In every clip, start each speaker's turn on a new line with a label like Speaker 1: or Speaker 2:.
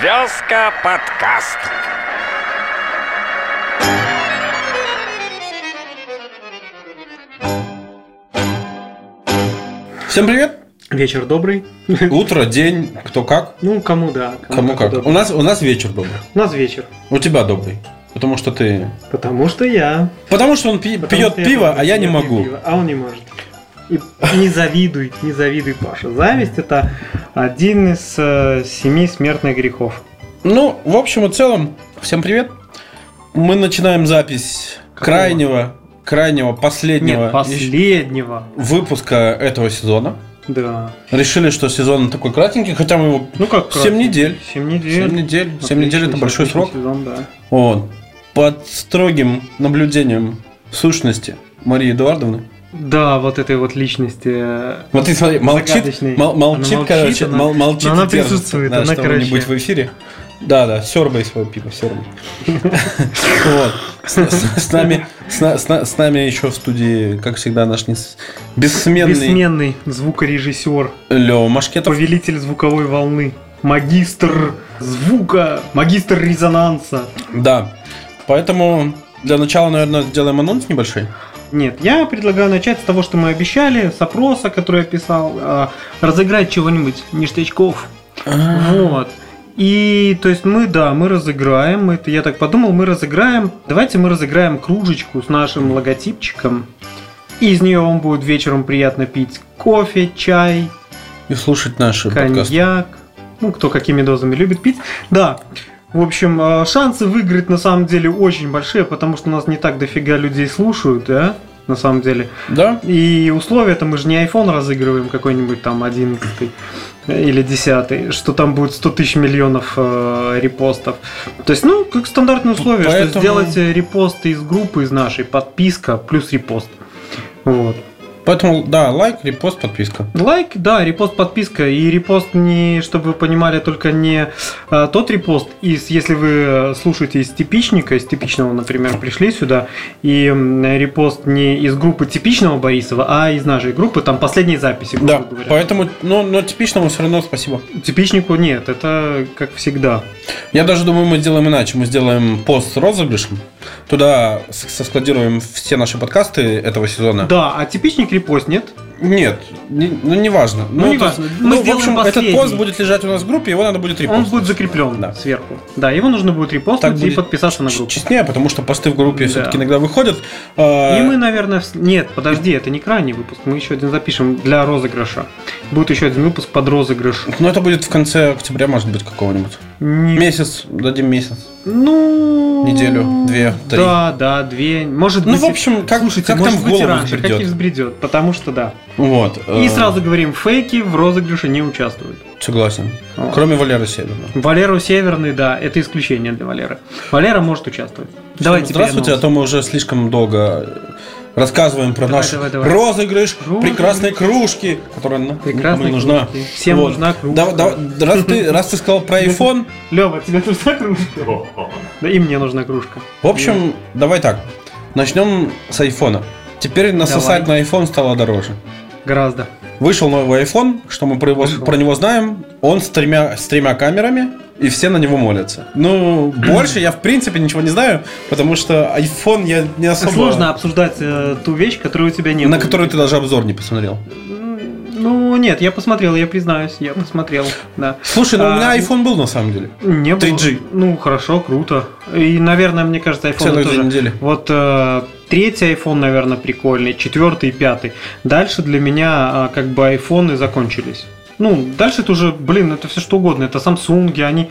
Speaker 1: Сказка подкаст.
Speaker 2: Всем привет!
Speaker 3: Вечер добрый.
Speaker 2: Утро, день, кто как,
Speaker 3: Ну, кому да.
Speaker 2: кому как.
Speaker 3: удобно.
Speaker 2: У нас, у нас вечер добрый.
Speaker 3: У нас вечер.
Speaker 2: У тебя добрый. Потому что ты...
Speaker 3: Потому что я...
Speaker 2: Потому что он пи-
Speaker 3: потому
Speaker 2: пьет
Speaker 3: что
Speaker 2: пиво,
Speaker 3: пью-
Speaker 2: а я не
Speaker 3: пью
Speaker 2: могу.
Speaker 3: пиво, а он не может. И не завидуй, не завидуй, Паша. Зависть – это один из э, семи смертных грехов.
Speaker 2: Ну, в общем и целом, всем привет. Мы начинаем запись
Speaker 3: Какого?
Speaker 2: крайнего, крайнего, последнего
Speaker 3: Нет,
Speaker 2: ещё
Speaker 3: последнего.
Speaker 2: выпуска этого сезона.
Speaker 3: Да.
Speaker 2: Решили, что сезон такой кратенький, хотя мы его
Speaker 3: Ну как
Speaker 2: Семь недель.
Speaker 3: Семь недель.
Speaker 2: 7 недель. 7
Speaker 3: Отличный,
Speaker 2: недель это большой
Speaker 3: отличный
Speaker 2: срок.
Speaker 3: сезон, да.
Speaker 2: Вот. Под строгим наблюдением сущности Марии Эдуардовны.
Speaker 3: Да, вот этой вот личности. э,
Speaker 2: Вот ты смотри, молчит,
Speaker 3: Загадочный.
Speaker 2: мол- молчит,
Speaker 3: Она молчит,
Speaker 2: короче,
Speaker 3: она-
Speaker 2: мол- молчит.
Speaker 3: но она
Speaker 2: и держится,
Speaker 3: присутствует,
Speaker 2: да,
Speaker 3: она,
Speaker 2: чтобы не
Speaker 3: короче.
Speaker 2: быть в эфире. Да, да, сербай свое пиво, сербай. Вот. С- С с нами, с на- с на- с нами еще в студии, как всегда, наш нес- бессменный
Speaker 3: Бессменный звукорежиссер.
Speaker 2: Лева Машкетов.
Speaker 3: Повелитель звуковой волны. Магистр звука. Магистр резонанса.
Speaker 2: Да. Поэтому для начала, наверное, сделаем анонс небольшой.
Speaker 3: Нет, я предлагаю начать с того, что мы обещали, с опроса, который я писал, а, разыграть чего-нибудь ништячков. Вот. И, то есть, мы, да, мы разыграем, это я так подумал, мы разыграем, давайте мы разыграем кружечку с нашим логотипчиком, и из нее вам будет вечером приятно пить кофе, чай,
Speaker 2: И слушать наши подкасты.
Speaker 3: коньяк, ну, кто какими дозами любит пить. Да, в общем, э, шансы выиграть на самом деле очень большие, потому что нас не так дофига людей слушают, да, на самом деле.
Speaker 2: Да?
Speaker 3: И условия-то мы же не iPhone разыгрываем какой-нибудь там 11 или 10, что там будет 100 тысяч миллионов э, репостов. То есть, ну, как стандартные условия, что
Speaker 2: Поэтому-
Speaker 3: сделать э, репост из группы, из нашей, подписка плюс репост. Вот.
Speaker 2: Поэтому, да, лайк, репост, подписка.
Speaker 3: Лайк, да, репост, подписка. И репост не, чтобы вы понимали, только не э, тот репост. Из, если вы э, слушаете из типичника, из типичного, например, пришли сюда, и м, репост не из группы типичного Борисова, а из нашей группы, там последние записи, грубо
Speaker 2: Да,
Speaker 3: говоря.
Speaker 2: поэтому, ну, но типичному все равно спасибо.
Speaker 3: Типичнику нет, это как всегда.
Speaker 2: Я даже думаю, мы сделаем иначе. Мы сделаем пост с розыгрышем. Туда с- соскладируем все наши подкасты этого сезона.
Speaker 3: Да, а типичник репостнет.
Speaker 2: Нет, не- ну неважно.
Speaker 3: Ну,
Speaker 2: то
Speaker 3: неважно.
Speaker 2: есть,
Speaker 3: Мы
Speaker 2: ну, в
Speaker 3: сделаем
Speaker 2: общем, этот
Speaker 3: последний.
Speaker 2: пост будет лежать у нас в группе, его надо будет
Speaker 3: Он
Speaker 2: репостить.
Speaker 3: будет закреплен
Speaker 2: Да.
Speaker 3: сверху. Да, его нужно будет
Speaker 2: Так
Speaker 3: репостнуть и
Speaker 2: будет
Speaker 3: подписаться на группу.
Speaker 2: Честнее, потому что посты в группе
Speaker 3: Да.
Speaker 2: все-таки иногда выходят. А,
Speaker 3: И мы, наверное, вс- нет, подожди, это не крайний выпуск, мы еще один запишем для розыгрыша. Будет еще один выпуск под розыгрыш.
Speaker 2: Ну, это будет в конце октября, может быть, какого-нибудь.
Speaker 3: Не-
Speaker 2: Месяц, дадим месяц.
Speaker 3: Ну,
Speaker 2: Неделю, две, три.
Speaker 3: Да, да, две. Может
Speaker 2: Ну,
Speaker 3: быть,
Speaker 2: в общем, как,
Speaker 3: слушайте,
Speaker 2: как
Speaker 3: может
Speaker 2: там в
Speaker 3: быть и
Speaker 2: голову
Speaker 3: раньше, как и
Speaker 2: придет.
Speaker 3: взбредет, потому что да.
Speaker 2: Вот.
Speaker 3: И
Speaker 2: э,
Speaker 3: сразу говорим, фейки в розыгрыше не участвуют.
Speaker 2: Согласен.
Speaker 3: Вот.
Speaker 2: Кроме Валеры Северного.
Speaker 3: Валеру Северный, да, это исключение для Валеры. Валера может участвовать. Давайте
Speaker 2: Здравствуйте, а
Speaker 3: перенос.
Speaker 2: то мы уже слишком долго рассказываем про
Speaker 3: Давай,
Speaker 2: наш
Speaker 3: давай, давай.
Speaker 2: розыгрыш
Speaker 3: Розыгрыш.
Speaker 2: прекрасной кружки, которая нам
Speaker 3: Прекрасной
Speaker 2: нужна.
Speaker 3: кружки. Всем нужна
Speaker 2: Да-
Speaker 3: кружка.
Speaker 2: да- раз, ты, раз ты сказал про iPhone,
Speaker 3: Лева, тебе нужна кружка? Да и мне нужна кружка.
Speaker 2: в общем, давай так. Начнем с iPhone. Теперь насосать на iPhone стало дороже.
Speaker 3: Гораздо.
Speaker 2: Вышел новый iPhone, что мы про, его-
Speaker 3: Вышел.
Speaker 2: про него знаем. Он с тремя, с тремя камерами, и все на него молятся. Ну, больше я в принципе ничего не знаю, потому что iPhone я не особо...
Speaker 3: Сложно обсуждать э, ту вещь, которую у тебя нет.
Speaker 2: на которую ты даже обзор не посмотрел.
Speaker 3: Ну, нет, я посмотрел, я признаюсь, я посмотрел, да.
Speaker 2: Слушай, ну у меня
Speaker 3: А,
Speaker 2: iPhone был на самом деле.
Speaker 3: Не было.
Speaker 2: 3G.
Speaker 3: Ну, хорошо, круто. И, наверное, мне кажется, iPhone
Speaker 2: Целых две
Speaker 3: тоже.
Speaker 2: недели.
Speaker 3: Вот э, третий iPhone, наверное, прикольный, четвертый и пятый. Дальше для меня э, как бы айфоны закончились. Ну, дальше это уже, блин, это все что угодно. Это Samsung, они,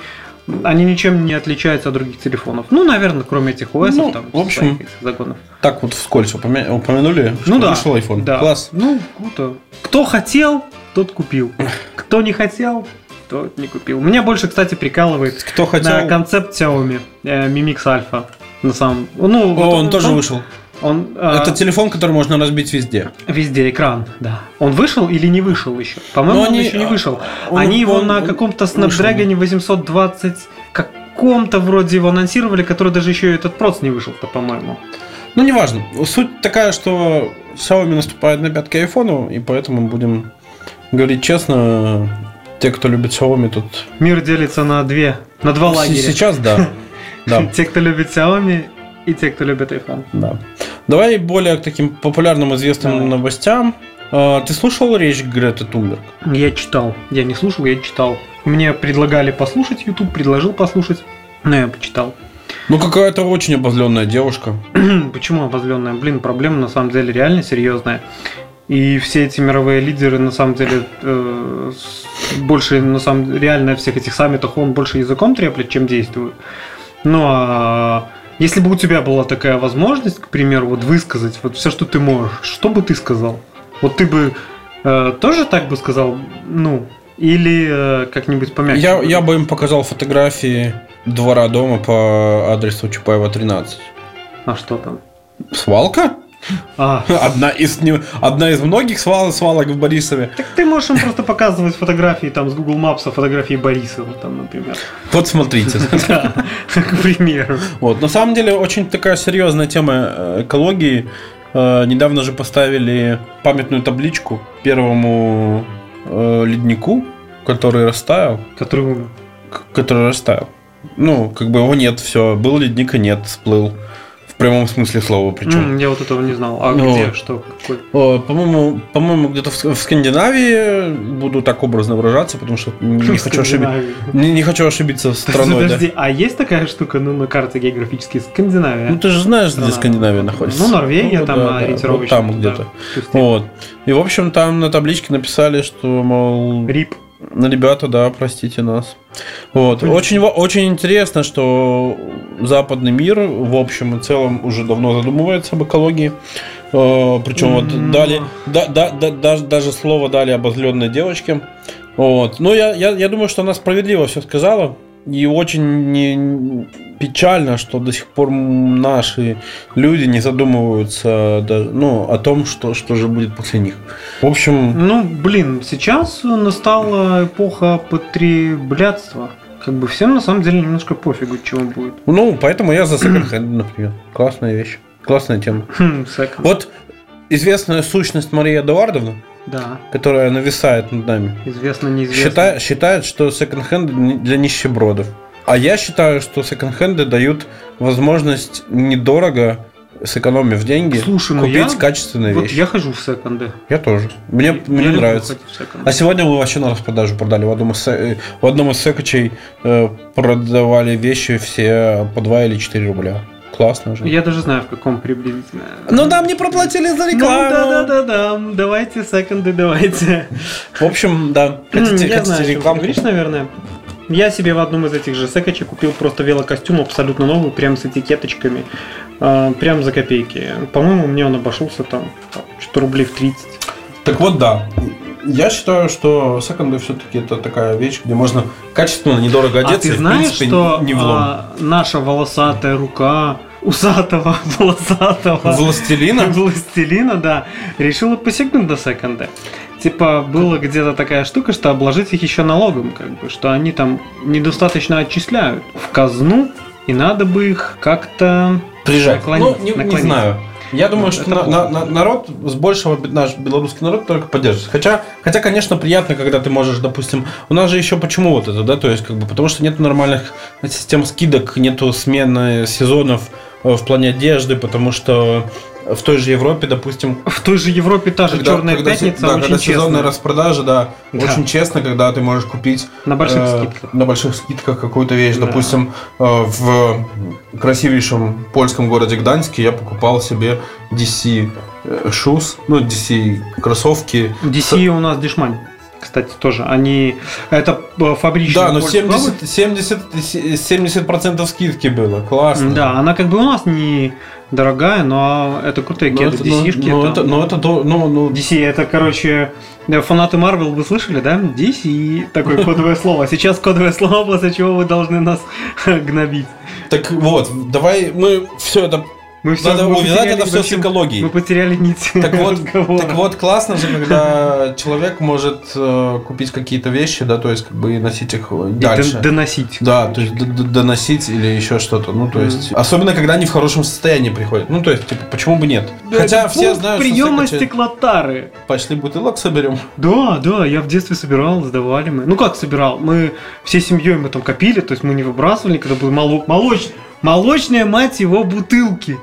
Speaker 3: они ничем не отличаются от других телефонов. Ну, наверное, кроме этих OS,
Speaker 2: Ну,
Speaker 3: там,
Speaker 2: в общем,
Speaker 3: своих этих загонов.
Speaker 2: Так вот вскользь упомя- упомянули, что
Speaker 3: Ну да.
Speaker 2: вышел iPhone.
Speaker 3: Да.
Speaker 2: Класс.
Speaker 3: Ну, круто. Кто хотел, тот купил. Кто не хотел, тот не купил. Меня больше, кстати, прикалывает
Speaker 2: Кто хотел...
Speaker 3: на концепт Xiaomi э, Mi Mix Alpha. На самом... Ну,
Speaker 2: О, он тоже
Speaker 3: он,
Speaker 2: вышел.
Speaker 3: Он, а,
Speaker 2: Это телефон, который можно разбить везде.
Speaker 3: Везде экран, да. Он вышел или не вышел еще? По-моему,
Speaker 2: Ну,
Speaker 3: он
Speaker 2: они-
Speaker 3: еще не вышел.
Speaker 2: он-
Speaker 3: они его
Speaker 2: он-
Speaker 3: на
Speaker 2: он
Speaker 3: каком-то
Speaker 2: вышел.
Speaker 3: Snapdragon 820 каком-то вроде его анонсировали, который даже еще и этот проц не вышел-то, по-моему.
Speaker 2: Ну, неважно. Суть такая, что Xiaomi наступает на пятки айфону, и поэтому будем говорить честно Те, кто любит Xiaomi, тут...
Speaker 3: Мир делится на две, на два
Speaker 2: С-
Speaker 3: лагеря.
Speaker 2: Сейчас, да. Да,
Speaker 3: Те, кто любит Xiaomi, и те, кто любит iPhone.
Speaker 2: да. Давай более к таким популярным, известным
Speaker 3: Давай.
Speaker 2: новостям. А, Ты слушал речь Греты Тунберг?
Speaker 3: Я читал. Я не слушал, я читал. Мне предлагали послушать, YouTube предложил послушать, но я почитал.
Speaker 2: Ну, какая-то очень обозленная девушка.
Speaker 3: Почему обозленная? Блин, проблема на самом деле реально серьезная. И все эти мировые лидеры на самом деле э, с- больше на самом реально всех этих саммитах он больше языком треплет, чем действует. Ну а если бы у тебя была такая возможность, к примеру, вот высказать вот все, что ты можешь, что бы ты сказал? Вот ты бы э, тоже так бы сказал, ну, или э, как-нибудь помягче?
Speaker 2: Я, я бы им показал фотографии двора дома по адресу Чапаева 13.
Speaker 3: А что там?
Speaker 2: Свалка?
Speaker 3: А,
Speaker 2: Одна из, не- одна из многих свал- свалок в Борисове.
Speaker 3: Так ты можешь им просто показывать фотографии там с Google Maps, а фотографии Борисова, там, например.
Speaker 2: Вот смотрите.
Speaker 3: Да, к примеру.
Speaker 2: Вот. На самом деле, очень такая серьезная тема э, экологии. Э, Недавно же поставили памятную табличку первому э, леднику, который растаял.
Speaker 3: Которую
Speaker 2: к- который растаял. Ну, как бы его нет, все. Был ледник и нет, сплыл. В прямом смысле слова причем.
Speaker 3: М, я вот этого не знал. А
Speaker 2: Ну.
Speaker 3: где, что, какой?
Speaker 2: О, По-моему, по-моему, где-то в Ск- в Скандинавии буду так образно выражаться, потому что не, не хочу, ошиби-
Speaker 3: Скандинавия.
Speaker 2: не, не хочу ошибиться страной. да.
Speaker 3: Подожди, а есть такая штука, ну, на карте географически Скандинавия?
Speaker 2: Ну ты же знаешь, где
Speaker 3: Страна.
Speaker 2: Скандинавия находится.
Speaker 3: Ну, Норвегия там
Speaker 2: да, да,
Speaker 3: ориентировочно.
Speaker 2: вот там
Speaker 3: туда.
Speaker 2: где-то.
Speaker 3: Пустя.
Speaker 2: Вот. И в общем там на табличке написали, что мол,
Speaker 3: Рип.
Speaker 2: Ну, ребята, да, простите нас. Вот.
Speaker 3: Блин.
Speaker 2: Очень, ва- очень интересно, что западный мир в общем и целом уже давно задумывается об экологии. Э, Причем
Speaker 3: М.
Speaker 2: вот дали, да- да- да- даже, даже слово дали обозленной девочке. Вот. Но я, я, я думаю, что она справедливо все сказала. И очень не- печально, что до сих пор м, наши люди не задумываются даже, ну, о том, что, что же будет после них. В общем,
Speaker 3: Ну, блин, сейчас настала эпоха потреблятства. Как бы всем на самом деле немножко пофигу, чего будет.
Speaker 2: Ну, поэтому я за секонд-хенд, например. Классная вещь. Классная тема.
Speaker 3: Хм, секонд.
Speaker 2: Вот известная сущность Марии Эдуардовны,
Speaker 3: Да,
Speaker 2: которая нависает над нами,
Speaker 3: известно, неизвестно.
Speaker 2: считает, считает, что секонд-хенды не- для нищебродов. А я считаю, что секонд-хенды дают возможность недорого, сэкономив деньги,
Speaker 3: Слушай, ну
Speaker 2: купить
Speaker 3: я-
Speaker 2: качественные
Speaker 3: Вот
Speaker 2: вещи.
Speaker 3: я хожу в секонды.
Speaker 2: Я тоже. Мне,
Speaker 3: Я-
Speaker 2: мне
Speaker 3: я люблю
Speaker 2: нравится.
Speaker 3: ходить в секонды.
Speaker 2: А сегодня мы вообще на распродажу продали. В одном из, се- э, в одном из секочей э, продавали вещи все по 2 или 4 рубля. Классно же.
Speaker 3: Я даже знаю, в каком приблизительно.
Speaker 2: Ну да, мне проплатили за
Speaker 3: Ну,
Speaker 2: рекламу.
Speaker 3: да-да-да-да, давайте секонды, давайте.
Speaker 2: В общем, да. Хотите,
Speaker 3: Я
Speaker 2: хотите
Speaker 3: знаю, о чем ты
Speaker 2: рекламку?
Speaker 3: говоришь, наверное. Я себе в одном из этих же секачей купил просто велокостюм абсолютно новый, прям с этикеточками, а, прям за копейки. По-моему, мне он обошелся там там, что-то рублей в 30.
Speaker 2: Так вот, да. Я считаю, что секонды все-таки это такая вещь, где можно качественно, недорого
Speaker 3: А
Speaker 2: одеться. и,
Speaker 3: ты
Speaker 2: в
Speaker 3: знаешь,
Speaker 2: принципе,
Speaker 3: что
Speaker 2: не влом.
Speaker 3: а, наша волосатая рука усатого, волосатого...
Speaker 2: Властелина?
Speaker 3: Властелина, а да, решила посягнуть до секонда. Типа, было где-то такая штука, что обложить их еще налогом, как бы, что они там недостаточно отчисляют в казну, и надо бы их как-то...
Speaker 2: Прижать.
Speaker 3: Наклонить,
Speaker 2: ну, не, не
Speaker 3: наклонить.
Speaker 2: знаю. Я думаю,
Speaker 3: Ну,
Speaker 2: что
Speaker 3: это
Speaker 2: на-
Speaker 3: плохо.
Speaker 2: на- на- народ с большего бе- наш белорусский народ только поддержит. Хотя, хотя, конечно, приятно, когда ты можешь, допустим, у нас же еще почему вот это, да, то есть, как бы, потому что нет нормальных систем скидок, нету смены сезонов э, в плане одежды, потому что в той же Европе, допустим,
Speaker 3: В той же Европе та же черная
Speaker 2: се-
Speaker 3: пятница
Speaker 2: да, когда
Speaker 3: очень
Speaker 2: сезонная
Speaker 3: честная.
Speaker 2: распродажа, да,
Speaker 3: Да.
Speaker 2: очень честно, когда ты можешь купить
Speaker 3: На больших
Speaker 2: э,
Speaker 3: скидках.
Speaker 2: на больших скидках какую-то вещь.
Speaker 3: Да.
Speaker 2: Допустим, э, в красивейшем польском городе Гданьске я покупал себе DC э, шус, ну DC кроссовки.
Speaker 3: DC у нас дешмань. Кстати, тоже. Они... Это э, фабричная
Speaker 2: Да, но
Speaker 3: польская
Speaker 2: 70, 70, 70 скидки было. Классно.
Speaker 3: Да, она как бы у нас не дорогая, но это крутые
Speaker 2: Но
Speaker 3: кеды.
Speaker 2: это, но,
Speaker 3: DC-шки
Speaker 2: но
Speaker 3: там.
Speaker 2: это, но это до- ну, ну,
Speaker 3: DC это, короче, э, фанаты Марвел, вы слышали, да? DC, такое кодовое слово. А Сейчас кодовое слово, после чего вы должны нас гнобить.
Speaker 2: Так вот, давай мы все это
Speaker 3: Мы всё-
Speaker 2: Надо
Speaker 3: мы
Speaker 2: увязать
Speaker 3: потеряли,
Speaker 2: это
Speaker 3: в
Speaker 2: все с
Speaker 3: общем,
Speaker 2: экологией.
Speaker 3: Мы потеряли нить
Speaker 2: Так вот,
Speaker 3: разговора.
Speaker 2: так вот, классно же, когда человек может э, купить какие-то вещи, да, то есть как бы и носить их э,
Speaker 3: И
Speaker 2: дальше.
Speaker 3: дон- доносить.
Speaker 2: Да, то есть д- д- доносить или еще что-то. Ну, то есть. Особенно, когда они в хорошем состоянии приходят. Ну, то есть, типа, почему бы нет? Хотя все знают, что
Speaker 3: приема
Speaker 2: все хотят-
Speaker 3: стеклотары.
Speaker 2: Пошли бутылок соберем.
Speaker 3: Да, да, я в детстве собирал, сдавали мы. Ну как собирал? Мы всей семьей мы там копили, то есть мы не выбрасывали, когда был моло- молоч... молочная мать его бутылки.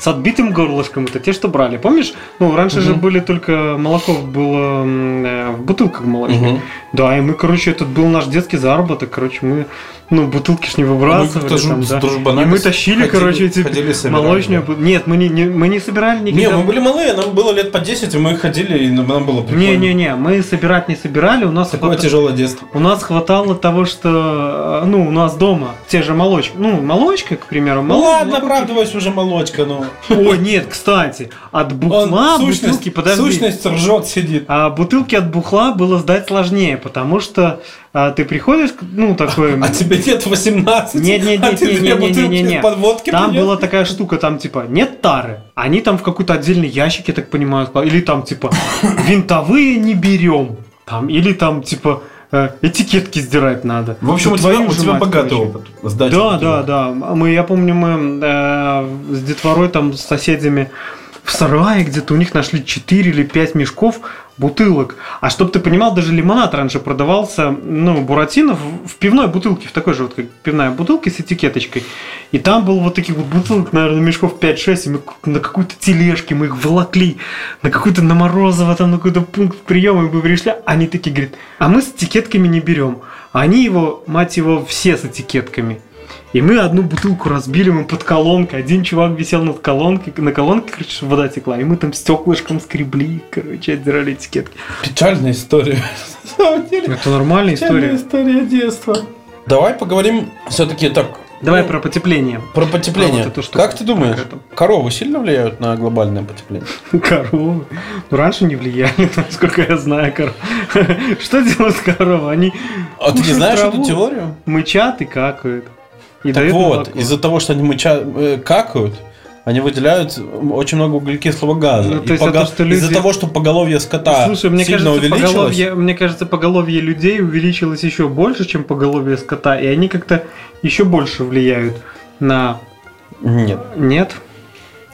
Speaker 3: С отбитым горлышком, это те, что брали. Помнишь? Ну, раньше же были только молоко было м, э, в бутылках молочных. Да, и мы, короче, этот был наш детский заработок, короче, мы, ну, бутылки ж не выбрасывали.
Speaker 2: как-то жу-
Speaker 3: там,
Speaker 2: с
Speaker 3: да.
Speaker 2: дружбанами
Speaker 3: И мы тащили,
Speaker 2: ходили-
Speaker 3: короче, эти
Speaker 2: ходили, собирали,
Speaker 3: молочные...
Speaker 2: да.
Speaker 3: бу- Нет, мы не, не- мы не собирали
Speaker 2: Не,
Speaker 3: никогда.
Speaker 2: мы были малые, нам было лет по 10, и мы ходили, и нам нам было прикольно.
Speaker 3: Не-не-не, мы собирать не собирали, у нас
Speaker 2: Такое
Speaker 3: хвата-
Speaker 2: тяжелое детство.
Speaker 3: у нас хватало того, что, э, ну, у нас дома те же молочки, ну, молочка, к примеру,
Speaker 2: Ну
Speaker 3: мол-
Speaker 2: ладно,
Speaker 3: мол-
Speaker 2: оправдывайся уже молочка, ну.
Speaker 3: О, нет, кстати, от
Speaker 2: Он
Speaker 3: бухла
Speaker 2: сущность,
Speaker 3: бутылки, подожди.
Speaker 2: сущность ржет, сидит.
Speaker 3: А бутылки от бухла было сдать сложнее, потому что а, ты приходишь, к- ну, такой...
Speaker 2: А тебе нет 18.
Speaker 3: Нет, нет,
Speaker 2: а
Speaker 3: нет,
Speaker 2: ты
Speaker 3: нет,
Speaker 2: две
Speaker 3: нет, нет,
Speaker 2: бутылки
Speaker 3: нет, нет.
Speaker 2: под водки
Speaker 3: Там
Speaker 2: принес?
Speaker 3: была такая штука, там типа нет тары, они там в какой-то отдельный ящик, я так понимаю, склад- или там типа винтовые не берем, там или там типа э, этикетки сдирать надо.
Speaker 2: В общем,
Speaker 3: Да
Speaker 2: у тебя,
Speaker 3: твою
Speaker 2: у
Speaker 3: же
Speaker 2: тебя
Speaker 3: мать,
Speaker 2: богатый
Speaker 3: короче.
Speaker 2: опыт. сдачи
Speaker 3: Да,
Speaker 2: бутылок.
Speaker 3: да, да. Мы, я помню, мы э, с детворой там с соседями в сарае где-то у них нашли 4 или 5 мешков бутылок. А чтоб ты понимал, даже лимонад раньше продавался, ну, буратино в, в пивной бутылке, в такой же вот как пивная бутылка с этикеточкой. И там было вот таких вот бутылок, наверное, мешков 5-6, и мы к- на какой-то тележке мы их волокли, на какой-то на Морозово, там на какой-то пункт приема, и мы пришли, они такие говорят, а мы с этикетками не берем. А они его, мать его, все с этикетками. И мы одну бутылку разбили, мы под колонкой. Один чувак висел над колонкой, на колонке, короче, чтобы вода текла. И мы там стеклышком скребли, короче, отдирали этикетки.
Speaker 2: Печальная история. На самом деле,
Speaker 3: Это нормальная
Speaker 2: печальная
Speaker 3: история.
Speaker 2: история детства. Давай поговорим все-таки так.
Speaker 3: Давай
Speaker 2: ну,
Speaker 3: про потепление.
Speaker 2: про потепление.
Speaker 3: А, вот эту штуку.
Speaker 2: как ты думаешь,
Speaker 3: Как это?
Speaker 2: коровы сильно влияют на глобальное потепление?
Speaker 3: Коровы. Ну, раньше не влияли, насколько я знаю, коров. Что делают коровы? Они
Speaker 2: А ты не
Speaker 3: кушают
Speaker 2: знаешь
Speaker 3: траву,
Speaker 2: эту теорию?
Speaker 3: Мычат и какают. И
Speaker 2: Так
Speaker 3: дают
Speaker 2: вот,
Speaker 3: молоко.
Speaker 2: из-за того, что они мыча... э, какают, они выделяют очень много углекислого газа.
Speaker 3: Ну, то
Speaker 2: И
Speaker 3: есть это что люди- Ну,
Speaker 2: Из-за того, что поголовье скота
Speaker 3: Слушай, мне
Speaker 2: сильно
Speaker 3: кажется,
Speaker 2: увеличилось,
Speaker 3: поголовье, мне кажется, поголовье людей увеличилось еще больше, чем поголовье скота, и они как-то еще больше влияют на...
Speaker 2: Нет,
Speaker 3: Нет?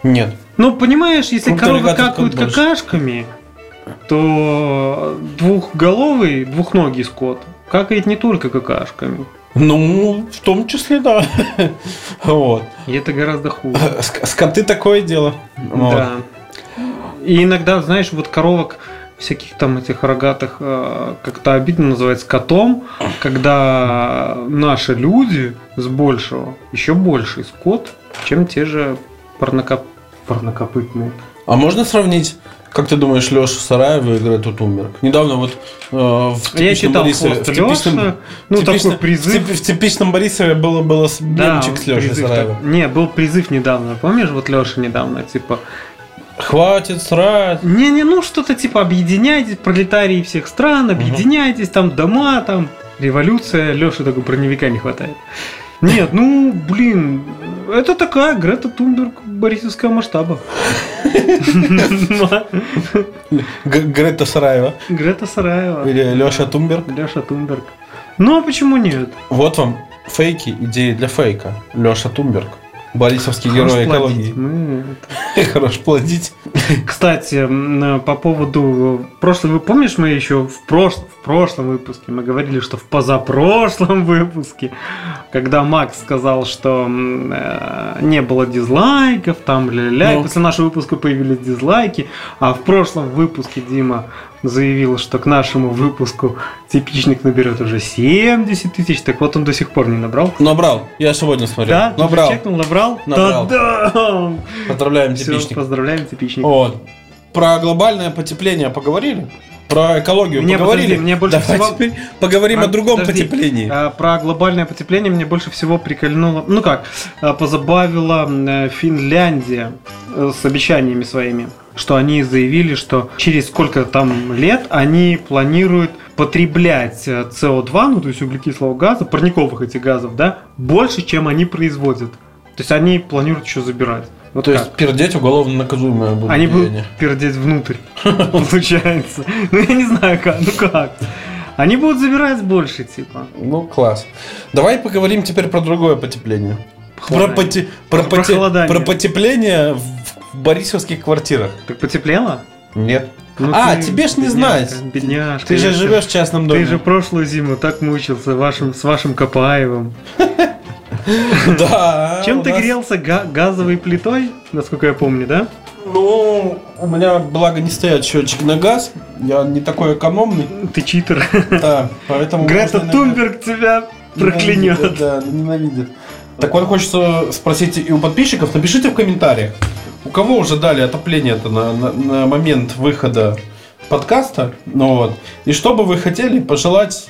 Speaker 2: нет.
Speaker 3: Ну, понимаешь, если
Speaker 2: Крупный
Speaker 3: коровы
Speaker 2: аллигатор
Speaker 3: какают
Speaker 2: скот больше.
Speaker 3: какашками, то двухголовый, двухногий скот какает не только какашками.
Speaker 2: Ну, в том числе, да. Вот.
Speaker 3: И это гораздо хуже.
Speaker 2: Ск- Скоты такое дело. Вот.
Speaker 3: Да. И иногда, знаешь, вот коровок всяких там этих рогатых э, как-то обидно называть скотом, когда наши люди с большего еще больший скот, чем те же парнокоп... парнокопытные.
Speaker 2: А можно сравнить, как ты думаешь, Леша Сараева играет тут умер? Недавно вот э, в типичном
Speaker 3: Я читал
Speaker 2: Борисове-
Speaker 3: «Хвост
Speaker 2: в типичном-
Speaker 3: Лёша», ну,
Speaker 2: типичном-
Speaker 3: такой призыв.
Speaker 2: В, тип- в типичном Борисове было, было с- мемчик с Лешей
Speaker 3: призыв
Speaker 2: Сараевым.
Speaker 3: так- Не, был призыв недавно, помнишь, вот Леша недавно, типа,
Speaker 2: Хватит срать.
Speaker 3: не-не, ну что-то типа объединяйтесь, пролетарии всех стран, объединяйтесь, там дома, там революция, Леша такой броневика не хватает. Нет, ну, блин, это такая Грета Тунберг борисовского масштаба.
Speaker 2: Г- Грета Сараева.
Speaker 3: Грета Сараева.
Speaker 2: Или Леша Тумберг.
Speaker 3: Леша Тунберг. Ну, а почему нет?
Speaker 2: Вот вам фейки, идеи для фейка. Леша Тумберг. Борисовский герой
Speaker 3: Хорош плодить.
Speaker 2: экологии.
Speaker 3: Мы
Speaker 2: Хорош плодить.
Speaker 3: Кстати, м, по поводу прошлого, помнишь, мы еще в, прош... в прошлом выпуске, мы говорили, что в позапрошлом выпуске, когда Макс сказал, что м, э, не было дизлайков, там ля-ля, и
Speaker 2: Ну.
Speaker 3: после нашего выпуска появились дизлайки, а в прошлом выпуске Дима заявил, что к нашему выпуску типичник наберет уже 70 тысяч, так вот он до сих пор не набрал.
Speaker 2: Набрал. Я сегодня смотрел.
Speaker 3: Да? Ты
Speaker 2: Набрал.
Speaker 3: Чекнул, набрал?
Speaker 2: Набрал.
Speaker 3: Да-да!
Speaker 2: Поздравляем
Speaker 3: Все,
Speaker 2: типичник.
Speaker 3: поздравляем типичника.
Speaker 2: Вот. Про глобальное потепление поговорили? Про экологию
Speaker 3: Мне,
Speaker 2: поговорили?
Speaker 3: подожди, мне больше
Speaker 2: Давай
Speaker 3: всего-
Speaker 2: теперь поговорим
Speaker 3: А,
Speaker 2: о другом
Speaker 3: подожди.
Speaker 2: потеплении.
Speaker 3: А, Про глобальное потепление мне больше всего прикольнуло, ну как, а, позабавила э, Финляндия э, с обещаниями своими, что они заявили, что через сколько там лет они планируют потреблять э, CO2, ну то есть углекислого газа, парниковых этих газов, да, больше, чем они производят. То есть они планируют еще забирать. Вот
Speaker 2: То есть
Speaker 3: как?
Speaker 2: пердеть уголовно наказуемое будет
Speaker 3: Они будут
Speaker 2: деяние.
Speaker 3: пердеть внутрь, получается. Ну, я не знаю, как, ну как. Они будут забирать больше, типа.
Speaker 2: Ну, класс. Давай поговорим теперь про другое потепление. Про,
Speaker 3: Холодание.
Speaker 2: поте- про,
Speaker 3: Про
Speaker 2: поте-
Speaker 3: похолодание.
Speaker 2: про потепление в в борисовских квартирах.
Speaker 3: Так потеплело?
Speaker 2: Нет.
Speaker 3: Ну
Speaker 2: а,
Speaker 3: ты,
Speaker 2: тебе ж не
Speaker 3: бедняжка,
Speaker 2: знать.
Speaker 3: Бедняжка.
Speaker 2: Ты
Speaker 3: я
Speaker 2: же
Speaker 3: всё-
Speaker 2: живешь в частном доме.
Speaker 3: Ты же прошлую зиму так мучился вашим, с вашим Копаевым.
Speaker 2: Да.
Speaker 3: Чем
Speaker 2: А, у
Speaker 3: ты
Speaker 2: нас-
Speaker 3: грелся? Га- газовой плитой, насколько я помню, да?
Speaker 2: Ну, у меня, благо, не стоят счетчики на газ. Я не такой экономный.
Speaker 3: Ты читер.
Speaker 2: Да, поэтому... можно
Speaker 3: Грета
Speaker 2: иногда-
Speaker 3: Тунберг тебя проклянет.
Speaker 2: Да, ненавидит. Так вот, хочется спросить и у подписчиков, напишите в комментариях, у кого уже дали отопление-то на, на- на момент выхода подкаста, ну вот, и что бы вы хотели пожелать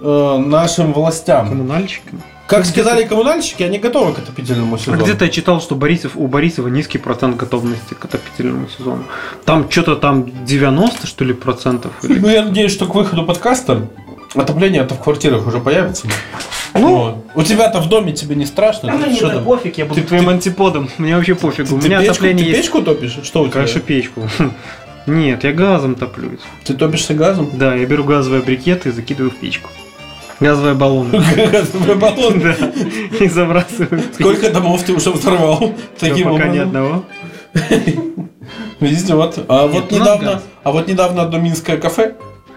Speaker 2: э, нашим властям.
Speaker 3: Коммунальщиком.
Speaker 2: Как сказали коммунальщики, они готовы к отопительному
Speaker 3: А
Speaker 2: сезону.
Speaker 3: где-то я читал, что Борисов, у Борисова низкий процент готовности к отопительному сезону. Там что-то там 90, что ли, процентов. или-
Speaker 2: Ну, я надеюсь, что к выходу подкаста отопление-то в квартирах уже появится. Ну, у тебя-то в доме тебе не страшно? ты что там?
Speaker 3: пофиг, я буду
Speaker 2: Ты-
Speaker 3: твоим
Speaker 2: ты-
Speaker 3: антиподом. Мне вообще пофиг. У
Speaker 2: Ты
Speaker 3: меня
Speaker 2: печку-
Speaker 3: отопление
Speaker 2: ты
Speaker 3: есть.
Speaker 2: печку топишь? Что у тебя?
Speaker 3: Конечно, печку. Нет, я газом топлюсь.
Speaker 2: Ты топишься газом?
Speaker 3: Да, я беру газовые брикеты и закидываю в печку. Газовые баллоны.
Speaker 2: Газовый баллон.
Speaker 3: Да, и забрасываю. в печку.
Speaker 2: Сколько домов ты уже взорвал таким
Speaker 3: Пока ни
Speaker 2: образом?
Speaker 3: одного.
Speaker 2: Видите, вот. А
Speaker 3: Нет,
Speaker 2: вот
Speaker 3: у нас
Speaker 2: недавно,
Speaker 3: газ.
Speaker 2: а вот недавно одно минское кафе.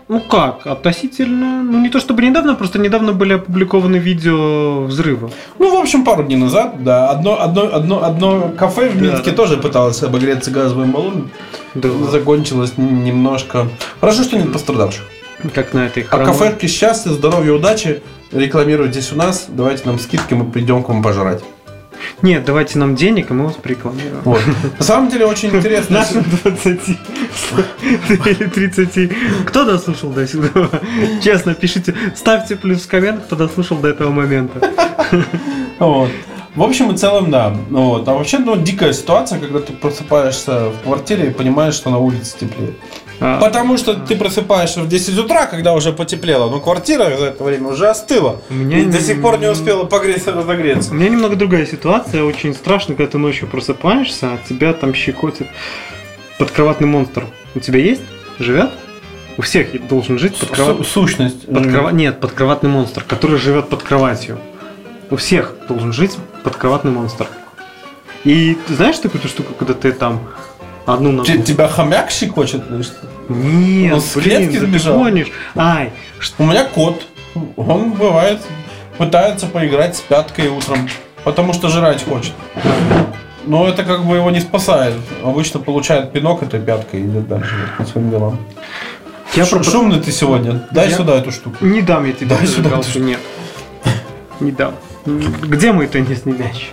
Speaker 3: Ну как, относительно, ну не то чтобы недавно, просто недавно были опубликованы видео взрыва.
Speaker 2: Ну, в общем, пару дней назад, да, одно, одно, одно, одно кафе в
Speaker 3: Да,
Speaker 2: Минске
Speaker 3: да.
Speaker 2: тоже пыталось обогреться газовым баллоном.
Speaker 3: Да.
Speaker 2: Закончилось н- немножко. Хорошо, что нет пострадавших.
Speaker 3: Как на этой
Speaker 2: А
Speaker 3: хромой-
Speaker 2: кафешки счастья, здоровья, удачи. Рекламируйтесь у нас. Давайте нам скидки, мы придем к вам пожрать.
Speaker 3: Нет, давайте нам денег, и мы вас порекламируем.
Speaker 2: Вот. На самом деле очень интересно.
Speaker 3: Нашим 20 или 30. Кто дослушал до сюда? Честно, пишите, ставьте плюс в коммент, кто дослушал до этого момента.
Speaker 2: Вот. В общем и целом, да. Ну Вот. А вообще, ну, дикая ситуация, когда ты просыпаешься в квартире и понимаешь, что на улице теплее.
Speaker 3: А,
Speaker 2: Потому что ты просыпаешься в 10 утра, когда уже потеплело, но квартира за это время уже остыла.
Speaker 3: У меня
Speaker 2: и до
Speaker 3: не-
Speaker 2: сих пор не успела погреться, разогреться.
Speaker 3: У меня немного другая ситуация. Очень страшно, когда ты ночью просыпаешься, а тебя там щекотит подкроватный монстр. У тебя есть? Живет? У всех должен жить подкроватный
Speaker 2: Сущность.
Speaker 3: Подкрова... Нет, подкроватный монстр, который живет под кроватью. У всех должен жить подкроватный монстр. И ты знаешь такую эту штуку, когда ты там одну ногу...
Speaker 2: Те- Тебя хомяк щекочет? или что?
Speaker 3: Нет,
Speaker 2: Он с
Speaker 3: блин,
Speaker 2: клетки
Speaker 3: да ты
Speaker 2: сбежал?
Speaker 3: гонишь. Ай, ш-
Speaker 2: У меня кот. Он бывает, пытается поиграть с пяткой утром, потому что жрать хочет. Но это как бы его не спасает. Обычно получает пинок этой пяткой и идет дальше по своим делам.
Speaker 3: я
Speaker 2: Ш-
Speaker 3: про...
Speaker 2: Шумный ты сегодня. Дай
Speaker 3: Я-
Speaker 2: сюда эту штуку.
Speaker 3: Не дам я тебе
Speaker 2: Дай
Speaker 3: даже
Speaker 2: сюда эту
Speaker 3: галку,
Speaker 2: штуку.
Speaker 3: нет. Не дам. Где мой теннисный мяч?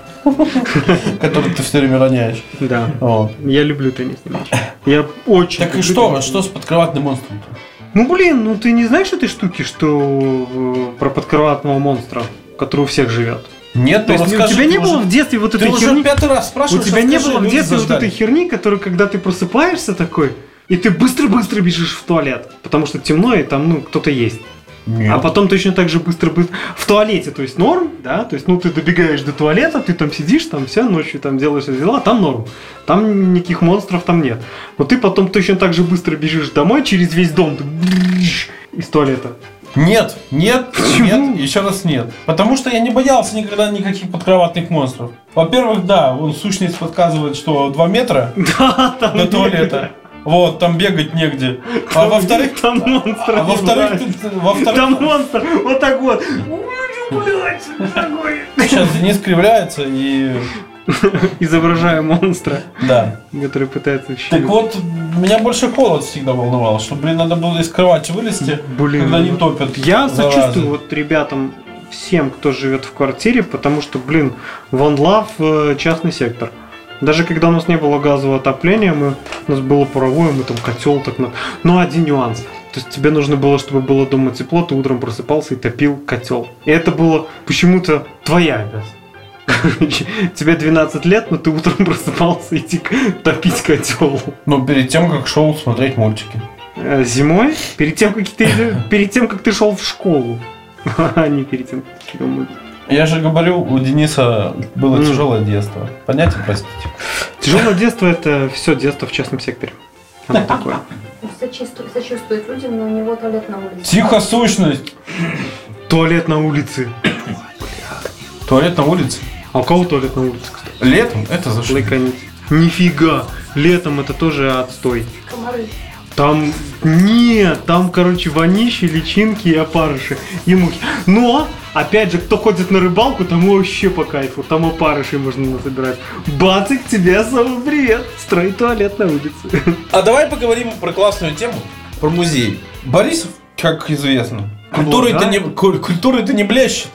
Speaker 2: Которую ты все время роняешь.
Speaker 3: Да.
Speaker 2: Вот.
Speaker 3: Я люблю теннисный мяч. Я очень
Speaker 2: Так и
Speaker 3: люблю
Speaker 2: что? А
Speaker 3: теннисный
Speaker 2: Что
Speaker 3: мяч.
Speaker 2: с подкроватным монстром? -то?
Speaker 3: Ну блин, ну ты не знаешь этой штуки, что э, про подкроватного монстра, который у всех живет?
Speaker 2: Нет,
Speaker 3: То
Speaker 2: ну
Speaker 3: есть
Speaker 2: расскажи,
Speaker 3: у тебя не
Speaker 2: ты уже-
Speaker 3: было в детстве вот
Speaker 2: Ты
Speaker 3: этой
Speaker 2: уже
Speaker 3: херни?
Speaker 2: пятый раз
Speaker 3: У
Speaker 2: спрашиваешь.
Speaker 3: тебя не
Speaker 2: расскажи,
Speaker 3: было в
Speaker 2: люди
Speaker 3: детстве ну, вот
Speaker 2: заждали.
Speaker 3: этой херни, которую когда ты просыпаешься такой, и ты быстро-быстро бежишь в туалет, потому что темно, и там, ну, кто-то есть.
Speaker 2: Нет.
Speaker 3: А потом точно так же быстро-быстро... В туалете, то есть норм, да? То есть, ну, ты добегаешь до туалета, ты там сидишь, там все, ночью там делаешь эти дела, там норм. Там никаких монстров там нет. Но ты потом точно так же быстро бежишь домой через весь дом ты брррррррррррр из туалета.
Speaker 2: Нет, нет,
Speaker 3: Почему?
Speaker 2: нет, еще раз нет. Потому что я не боялся никогда никаких подкроватных монстров. Во-первых, да, он сущность подсказывает, что 2 метра
Speaker 3: Да, там
Speaker 2: до
Speaker 3: нет.
Speaker 2: туалета. Вот, там бегать негде. А
Speaker 3: Там-
Speaker 2: во-вторых,
Speaker 3: там монстры.
Speaker 2: а во-вторых,
Speaker 3: обижают.
Speaker 2: ты- во-вторых,
Speaker 3: Там монстр, вот так вот. Блядь, вот такой.
Speaker 2: сейчас Денис кривляется и...
Speaker 3: Изображаю монстра,
Speaker 2: Да.
Speaker 3: который пытается щит.
Speaker 2: Так вот, меня больше холод всегда волновал, что, блин, надо было из кровати вылезти,
Speaker 3: Блин,
Speaker 2: когда не
Speaker 3: ну,
Speaker 2: топят.
Speaker 3: Я
Speaker 2: заразы.
Speaker 3: сочувствую вот ребятам, всем, кто живет в квартире, потому что, блин, One Love э, частный сектор. Даже когда у нас не было газового отопления, мы, у нас было паровое, мы там котел так... на- Но один нюанс. То есть тебе нужно было, чтобы было дома тепло, ты утром просыпался и топил котел. И это было почему-то твоя обязанность. Короче, Тебе 12 лет, но ты утром просыпался и идти к- топить котел.
Speaker 2: Но перед тем, как шел смотреть мультики.
Speaker 3: Э, Зимой? Перед тем, как ты, перед тем, как ты шел в школу. А не перед тем, как ты шел в
Speaker 2: Я же говорю, у Дениса было
Speaker 3: Мгм.
Speaker 2: тяжелое детство. Понятие, простите.
Speaker 3: Тяжелое детство это все детство в частном секторе. Оно такое.
Speaker 4: Сочувствует, сочувствует людям, но у него туалет на улице.
Speaker 2: Психосущность.
Speaker 3: Туалет на улице.
Speaker 2: Туалет на улице.
Speaker 3: А у кого туалет на улице, кстати?
Speaker 2: Летом это за
Speaker 3: Лайканить. Нифига. Летом это тоже отстой.
Speaker 4: Комары.
Speaker 3: Там нет, там, короче, вонищи, личинки и опарыши. И мухи. Но, а опять же, кто ходит на рыбалку, тому вообще по кайфу. Там опарыши можно насобирать. Бацик, тебе особый привет. Строй туалет на улице.
Speaker 2: А давай поговорим про классную тему, про музей. Ну Борисов, как известно, культурой-то
Speaker 3: да.
Speaker 2: не, куль- культурой-то не блещет.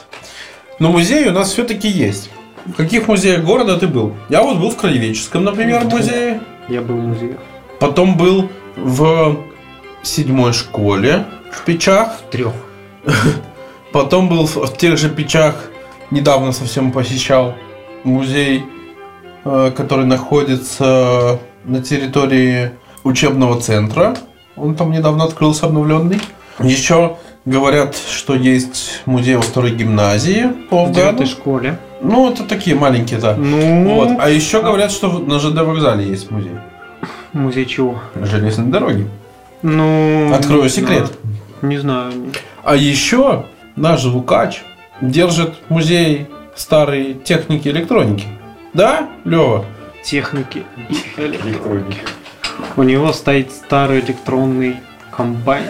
Speaker 2: Но музей у нас все-таки есть. В каких музеях города ты был? Я вот был в Краеведческом, например, музее.
Speaker 3: Я был в музее.
Speaker 2: Потом был в седьмой школе в Печах.
Speaker 3: Трех.
Speaker 2: Потом был в, в тех же Печах. Недавно совсем посещал музей, э, который находится на территории учебного центра. Он там недавно открылся, обновленный. Еще говорят, что есть музей во второй гимназии по
Speaker 3: В девятой
Speaker 2: Афгану.
Speaker 3: школе.
Speaker 2: Ну, это такие маленькие, да.
Speaker 3: Ну,
Speaker 2: Вот. А еще говорят, что в- на ЖД вокзале есть музей
Speaker 3: музей чего?
Speaker 2: железной дороги.
Speaker 3: Ну...
Speaker 2: Открою
Speaker 3: не
Speaker 2: секрет.
Speaker 3: знаю. Не знаю.
Speaker 2: А еще наш Лукач держит музей старой техники и электроники. Да, Лева?
Speaker 3: Техники. У него стоит старый электронный комбайн.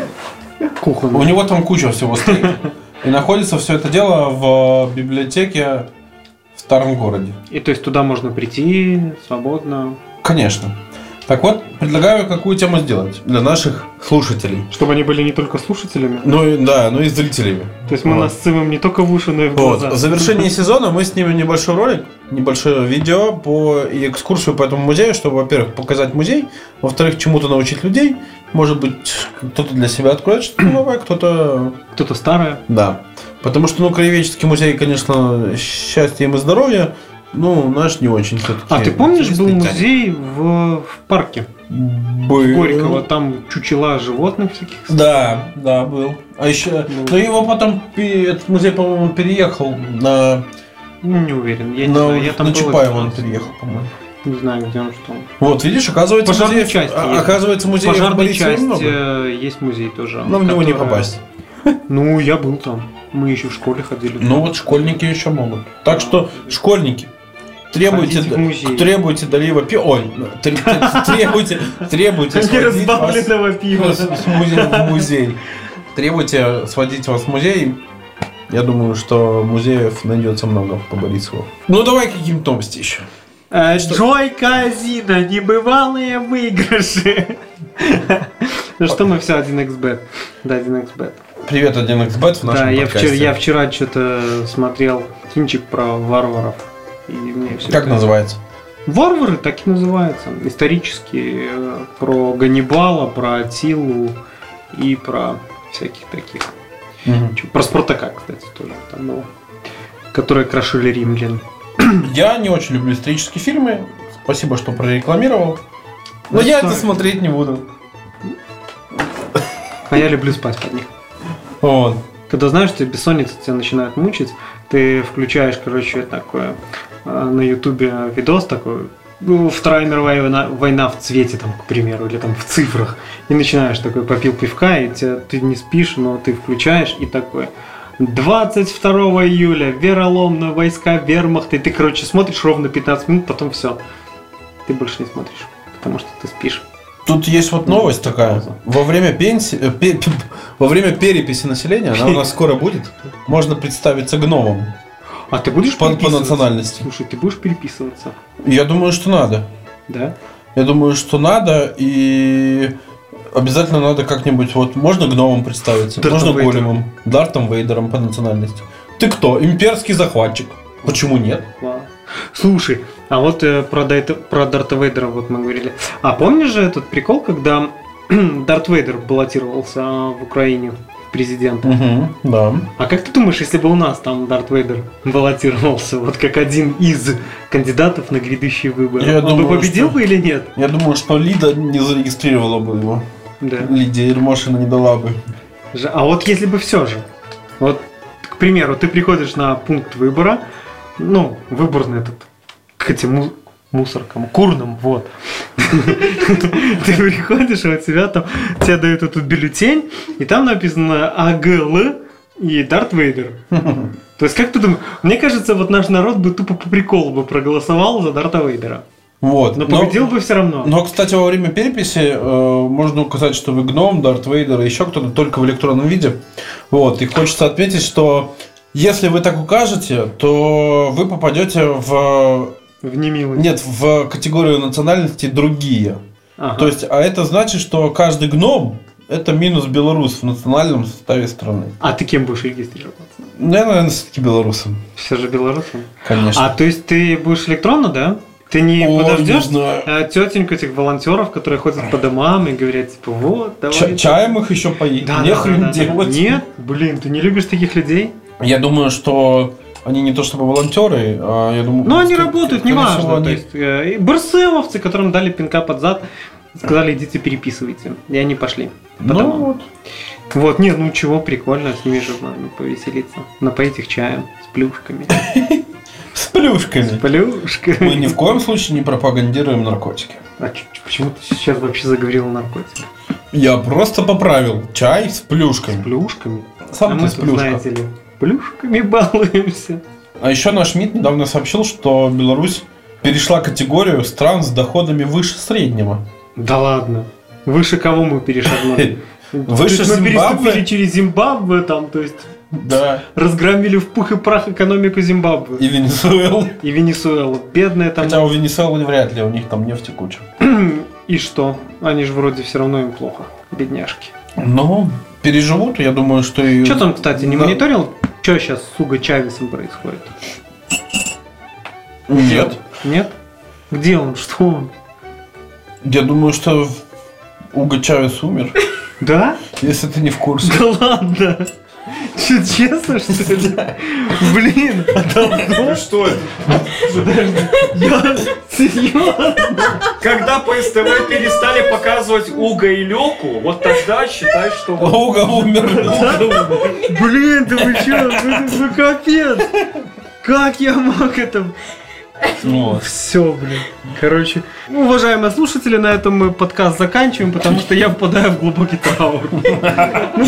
Speaker 3: Кухонный.
Speaker 2: У него там куча всего стоит. И находится все это дело в э, библиотеке в старом городе.
Speaker 3: И то есть туда можно прийти свободно.
Speaker 2: Конечно. Так вот, предлагаю какую тему сделать для наших слушателей.
Speaker 3: Чтобы они были не только слушателями.
Speaker 2: Ну и- да, ну и зрителями.
Speaker 3: То есть мы
Speaker 2: Вот.
Speaker 3: нас сцимаем не только в уши, но и в
Speaker 2: Вот.
Speaker 3: глаза.
Speaker 2: В завершении сезона мы снимем небольшой ролик, небольшое видео по и экскурсию по этому музею, чтобы, во-первых, показать музей, во-вторых, чему-то научить людей. Может быть, кто-то для себя откроет что-то новое, кто-то...
Speaker 3: Кто-то старое.
Speaker 2: Да. Потому что, ну, краеведческий музей, конечно, счастье им и здоровье, ну, наш не очень все-таки.
Speaker 3: А ты помнишь, был музей в, в парке
Speaker 2: Был.
Speaker 3: Горького? Там чучела животных всяких.
Speaker 2: Да, да, был. А еще...
Speaker 3: Ну.
Speaker 2: Ну, его потом... пе- Этот музей, по-моему, переехал на...
Speaker 3: Ну, Не уверен. Я не
Speaker 2: на,
Speaker 3: знаю. Я там
Speaker 2: на
Speaker 3: был
Speaker 2: Чапаева он
Speaker 3: один раз.
Speaker 2: перееехал, по-моему.
Speaker 3: Не знаю, где он что. он.
Speaker 2: Вот, видишь, оказывается,
Speaker 3: Пожарной
Speaker 2: музеев-
Speaker 3: части
Speaker 2: а-
Speaker 3: есть.
Speaker 2: оказывается музей
Speaker 3: Пожарной части э, есть музей тоже.
Speaker 2: но в него не
Speaker 3: которая-
Speaker 2: попасть.
Speaker 3: Ну, я был там. Мы еще в школе ходили.
Speaker 2: Ну вот школьники еще могут. Так что школьники требуйте,
Speaker 3: Ходите в музей.
Speaker 2: требуйте Далиева пи- ой, ну, тр- тр- требуйте, требуйте сводить вас с- с музе- в музей. Требуйте сводить вас в музей. Я думаю, что музеев найдется много по Борисову. Ну давай какие-нибудь новости еще.
Speaker 3: Э, Джой Казино, небывалые выигрыши. Ну что мы все 1xbet. Да, 1xbet.
Speaker 2: Привет, 1xbet в нашем
Speaker 3: Да, я
Speaker 2: подкасте.
Speaker 3: вчера, я вчера что-то смотрел кинчик про варваров. И мне все
Speaker 2: Как называется?
Speaker 3: Варвары так и называются. Исторические. э, Про Ганнибала, про Атилу и про всяких таких.
Speaker 2: Мгм.
Speaker 3: Про Спартака, кстати, тоже там было. Которые крошили римлян.
Speaker 2: Я не очень люблю исторические фильмы. Спасибо, что прорекламировал. Но
Speaker 3: Ну
Speaker 2: я
Speaker 3: что?
Speaker 2: это смотреть не буду.
Speaker 3: А я люблю спать под них.
Speaker 2: Вот.
Speaker 3: Когда знаешь, что бессонница тебя начинает мучить, ты включаешь, короче, такое э, на Ютубе видос такой, ну, Вторая мировая война, война в цвете, там, к примеру, или там в цифрах. И начинаешь такой, попил пивка, и тебя, ты не спишь, но ты включаешь, и такой, 22 июля, вероломно, войска вермахта, и ты, короче, смотришь ровно 15 минут, потом все. Ты больше не смотришь, потому что ты спишь.
Speaker 2: Тут есть вот новость
Speaker 3: Ну,
Speaker 2: такая. Во время пенсии, э, пе- пе- во время переписи населения, она у нас скоро будет, можно представиться гномом.
Speaker 3: А ты будешь
Speaker 2: По- по
Speaker 3: переписываться?
Speaker 2: национальности.
Speaker 3: Слушай, ты будешь переписываться,
Speaker 2: Я думаю, что надо.
Speaker 3: да?
Speaker 2: Я думаю, что надо и обязательно надо как-нибудь вот можно гномом представиться,
Speaker 3: Дартом
Speaker 2: можно
Speaker 3: Вейдером.
Speaker 2: големом, Дартом Вейдером по национальности. Ты кто? Имперский захватчик. Почему нет?
Speaker 3: Класс. Слушай, а вот э, про, Дайта- про Дарта Вейдера вот мы говорили. А помнишь же этот прикол, когда Дарт Вейдер баллотировался а, в Украине в президенты?
Speaker 2: Мгм, да.
Speaker 3: А как ты думаешь, если бы у нас там Дарт Вейдер баллотировался вот как один из кандидатов на грядущие выборы,
Speaker 2: Я
Speaker 3: он бы
Speaker 2: думаю,
Speaker 3: победил
Speaker 2: что-
Speaker 3: бы или нет?
Speaker 2: Я думаю, что Лида не зарегистрировала бы его.
Speaker 3: Да.
Speaker 2: Лидия Ермошина не дала бы.
Speaker 3: Ж- А вот если бы все же, вот к примеру, ты приходишь на пункт выбора, ну, выборный этот, к этим му- мусоркам, курным, вот. Ты приходишь, и у тебя там, тебе дают этот бюллетень, и там написано АГЛ и Дарт Вейдер. То есть, как ты думаешь, мне кажется, вот наш народ бы тупо по приколу бы проголосовал за Дарта Вейдера.
Speaker 2: Вот.
Speaker 3: Но Ну, победил бы все равно.
Speaker 2: Но, кстати, во время переписи э, можно указать, что вы гном, Дарт Вейдер и еще кто-то только в электронном виде. Вот. И хочется отметить, что если вы так укажете, то вы попадете в...
Speaker 3: В немилый.
Speaker 2: Нет, в категорию национальности «другие».
Speaker 3: Ага.
Speaker 2: То есть, а это значит, что каждый гном – это минус белорус в национальном составе страны.
Speaker 3: А ты кем будешь регистрироваться?
Speaker 2: Ну, я, наверное, все-таки белорусом,
Speaker 3: Все же белорусом.
Speaker 2: конечно.
Speaker 3: А то есть ты будешь электронно, да? Ты не
Speaker 2: Ой,
Speaker 3: подождешь
Speaker 2: не знаю.
Speaker 3: э, тетеньку этих волонтеров, которые ходят по домам и говорят, типа, вот, давай.
Speaker 2: Ча- чаем их еще поить.
Speaker 3: Да,
Speaker 2: Не
Speaker 3: да,
Speaker 2: хрен
Speaker 3: да, да.
Speaker 2: делать.
Speaker 3: Нет, блин, ты не любишь таких людей?
Speaker 2: Я думаю, что они не то чтобы волонтеры, а я думаю...
Speaker 3: Ну, они
Speaker 2: что,
Speaker 3: работают,
Speaker 2: скорее всего,
Speaker 3: неважно.
Speaker 2: они-
Speaker 3: То есть, э, и барселовцы, которым дали пинка под зад, сказали, идите переписывайте. И они пошли. по
Speaker 2: Ну,
Speaker 3: домам.
Speaker 2: вот.
Speaker 3: Вот, нет, ну чего, прикольно, с ними же можно повеселиться. Напоить их чаем с плюшками.
Speaker 2: С плюшками.
Speaker 3: Плюшками.
Speaker 2: Мы ни в коем случае не пропагандируем наркотики.
Speaker 3: А ч- ч- почему ты сейчас вообще заговорил о наркотиках?
Speaker 2: Я просто поправил. Чай с плюшками.
Speaker 3: Плюшками? а
Speaker 2: Сам
Speaker 3: мы
Speaker 2: ты с
Speaker 3: тут,
Speaker 2: плюшкой.
Speaker 3: знаете ли, плюшками балуемся.
Speaker 2: А еще наш МИД недавно сообщил, что Беларусь перешла категорию стран с доходами выше среднего.
Speaker 3: Да ладно. Выше кого мы перешагнули?
Speaker 2: Выше
Speaker 3: То есть мы
Speaker 2: Зимбабве?
Speaker 3: переступили через Зимбабве, там, то есть
Speaker 2: Да.
Speaker 3: разгромили в пух и прах экономику
Speaker 2: И
Speaker 3: Зимбабве.
Speaker 2: Венесуэлу.
Speaker 3: И Венесуэлу. Бедная там.
Speaker 2: Хотя у Венесуэлы вряд ли, у них там нефти куча.
Speaker 3: И что? Они же вроде все равно им плохо, бедняжки.
Speaker 2: Ну, переживут, я думаю, что и...
Speaker 3: Что там, кстати, не
Speaker 2: Да.
Speaker 3: мониторил, что сейчас с Уго Чавесом происходит?
Speaker 2: Нет.
Speaker 3: Нет? Где он? Что он?
Speaker 2: Я думаю, что в- Уго Чавес умер,
Speaker 3: Да?
Speaker 2: если ты не в курсе.
Speaker 3: Да ладно. Че, честно, что ли? Блин, а
Speaker 5: Ну что это?
Speaker 3: я серьезно?
Speaker 6: Когда по СТВ перестали показывать Уга и Лёку, вот тогда считай, что... вот
Speaker 2: Уго умер.
Speaker 6: Уга умер.
Speaker 3: Блин, да вы че? Вы, вы ну, капец! Как я мог это?
Speaker 2: Вот.
Speaker 3: Все, блин. Короче, ну, уважаемые слушатели, на этом мы подкаст заканчиваем, потому что я впадаю в глубокий траур. Ну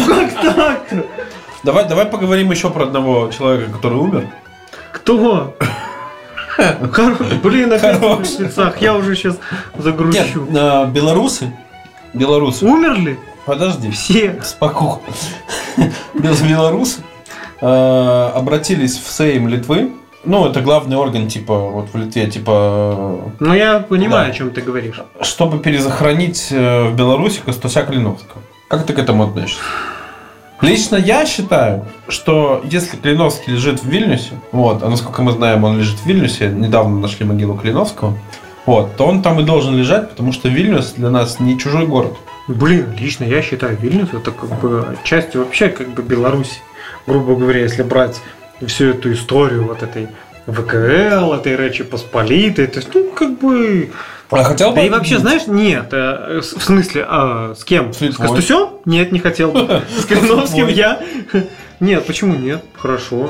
Speaker 3: как так-то?
Speaker 2: Давай, давай поговорим еще про одного человека, который умер.
Speaker 3: Кто? Хоро- Блин, опять в
Speaker 2: Хорош.
Speaker 3: мертвецах. Я уже сейчас
Speaker 2: Нет,
Speaker 3: загрущу.
Speaker 2: э, белорусы. Белорусы.
Speaker 3: Умерли
Speaker 2: Подожди.
Speaker 3: все.
Speaker 2: Спокух. Без белорусы э, обратились в Сейм Литвы. Ну, это главный орган, типа, вот в Литве, типа,
Speaker 3: Но я понимаю,
Speaker 2: Да.
Speaker 3: о чем ты говоришь.
Speaker 2: э, чтобы перезахоронить э, в Беларуси Костуся Клиновского. Как ты к этому относишься? Лично я считаю, что если Клиновский лежит в Вильнюсе, вот, а насколько мы знаем, он лежит в Вильнюсе, недавно нашли могилу Клиновского, вот, то он там и должен лежать, потому что Вильнюс для нас не чужой город.
Speaker 3: Блин, лично я считаю Вильнюс это как бы частью вообще как бы Беларуси. Грубо говоря, если брать всю эту историю вот этой ВКЛ, этой Речи Посполитой, то есть, ну, как бы...
Speaker 2: А хотел бы...
Speaker 3: Да и вообще, знаешь, нет, э, с- в смысле, а, с кем?
Speaker 2: С Литвой.
Speaker 3: С Костусем? Нет, не хотел бы. С Калиновским я? Нет, почему нет? Хорошо.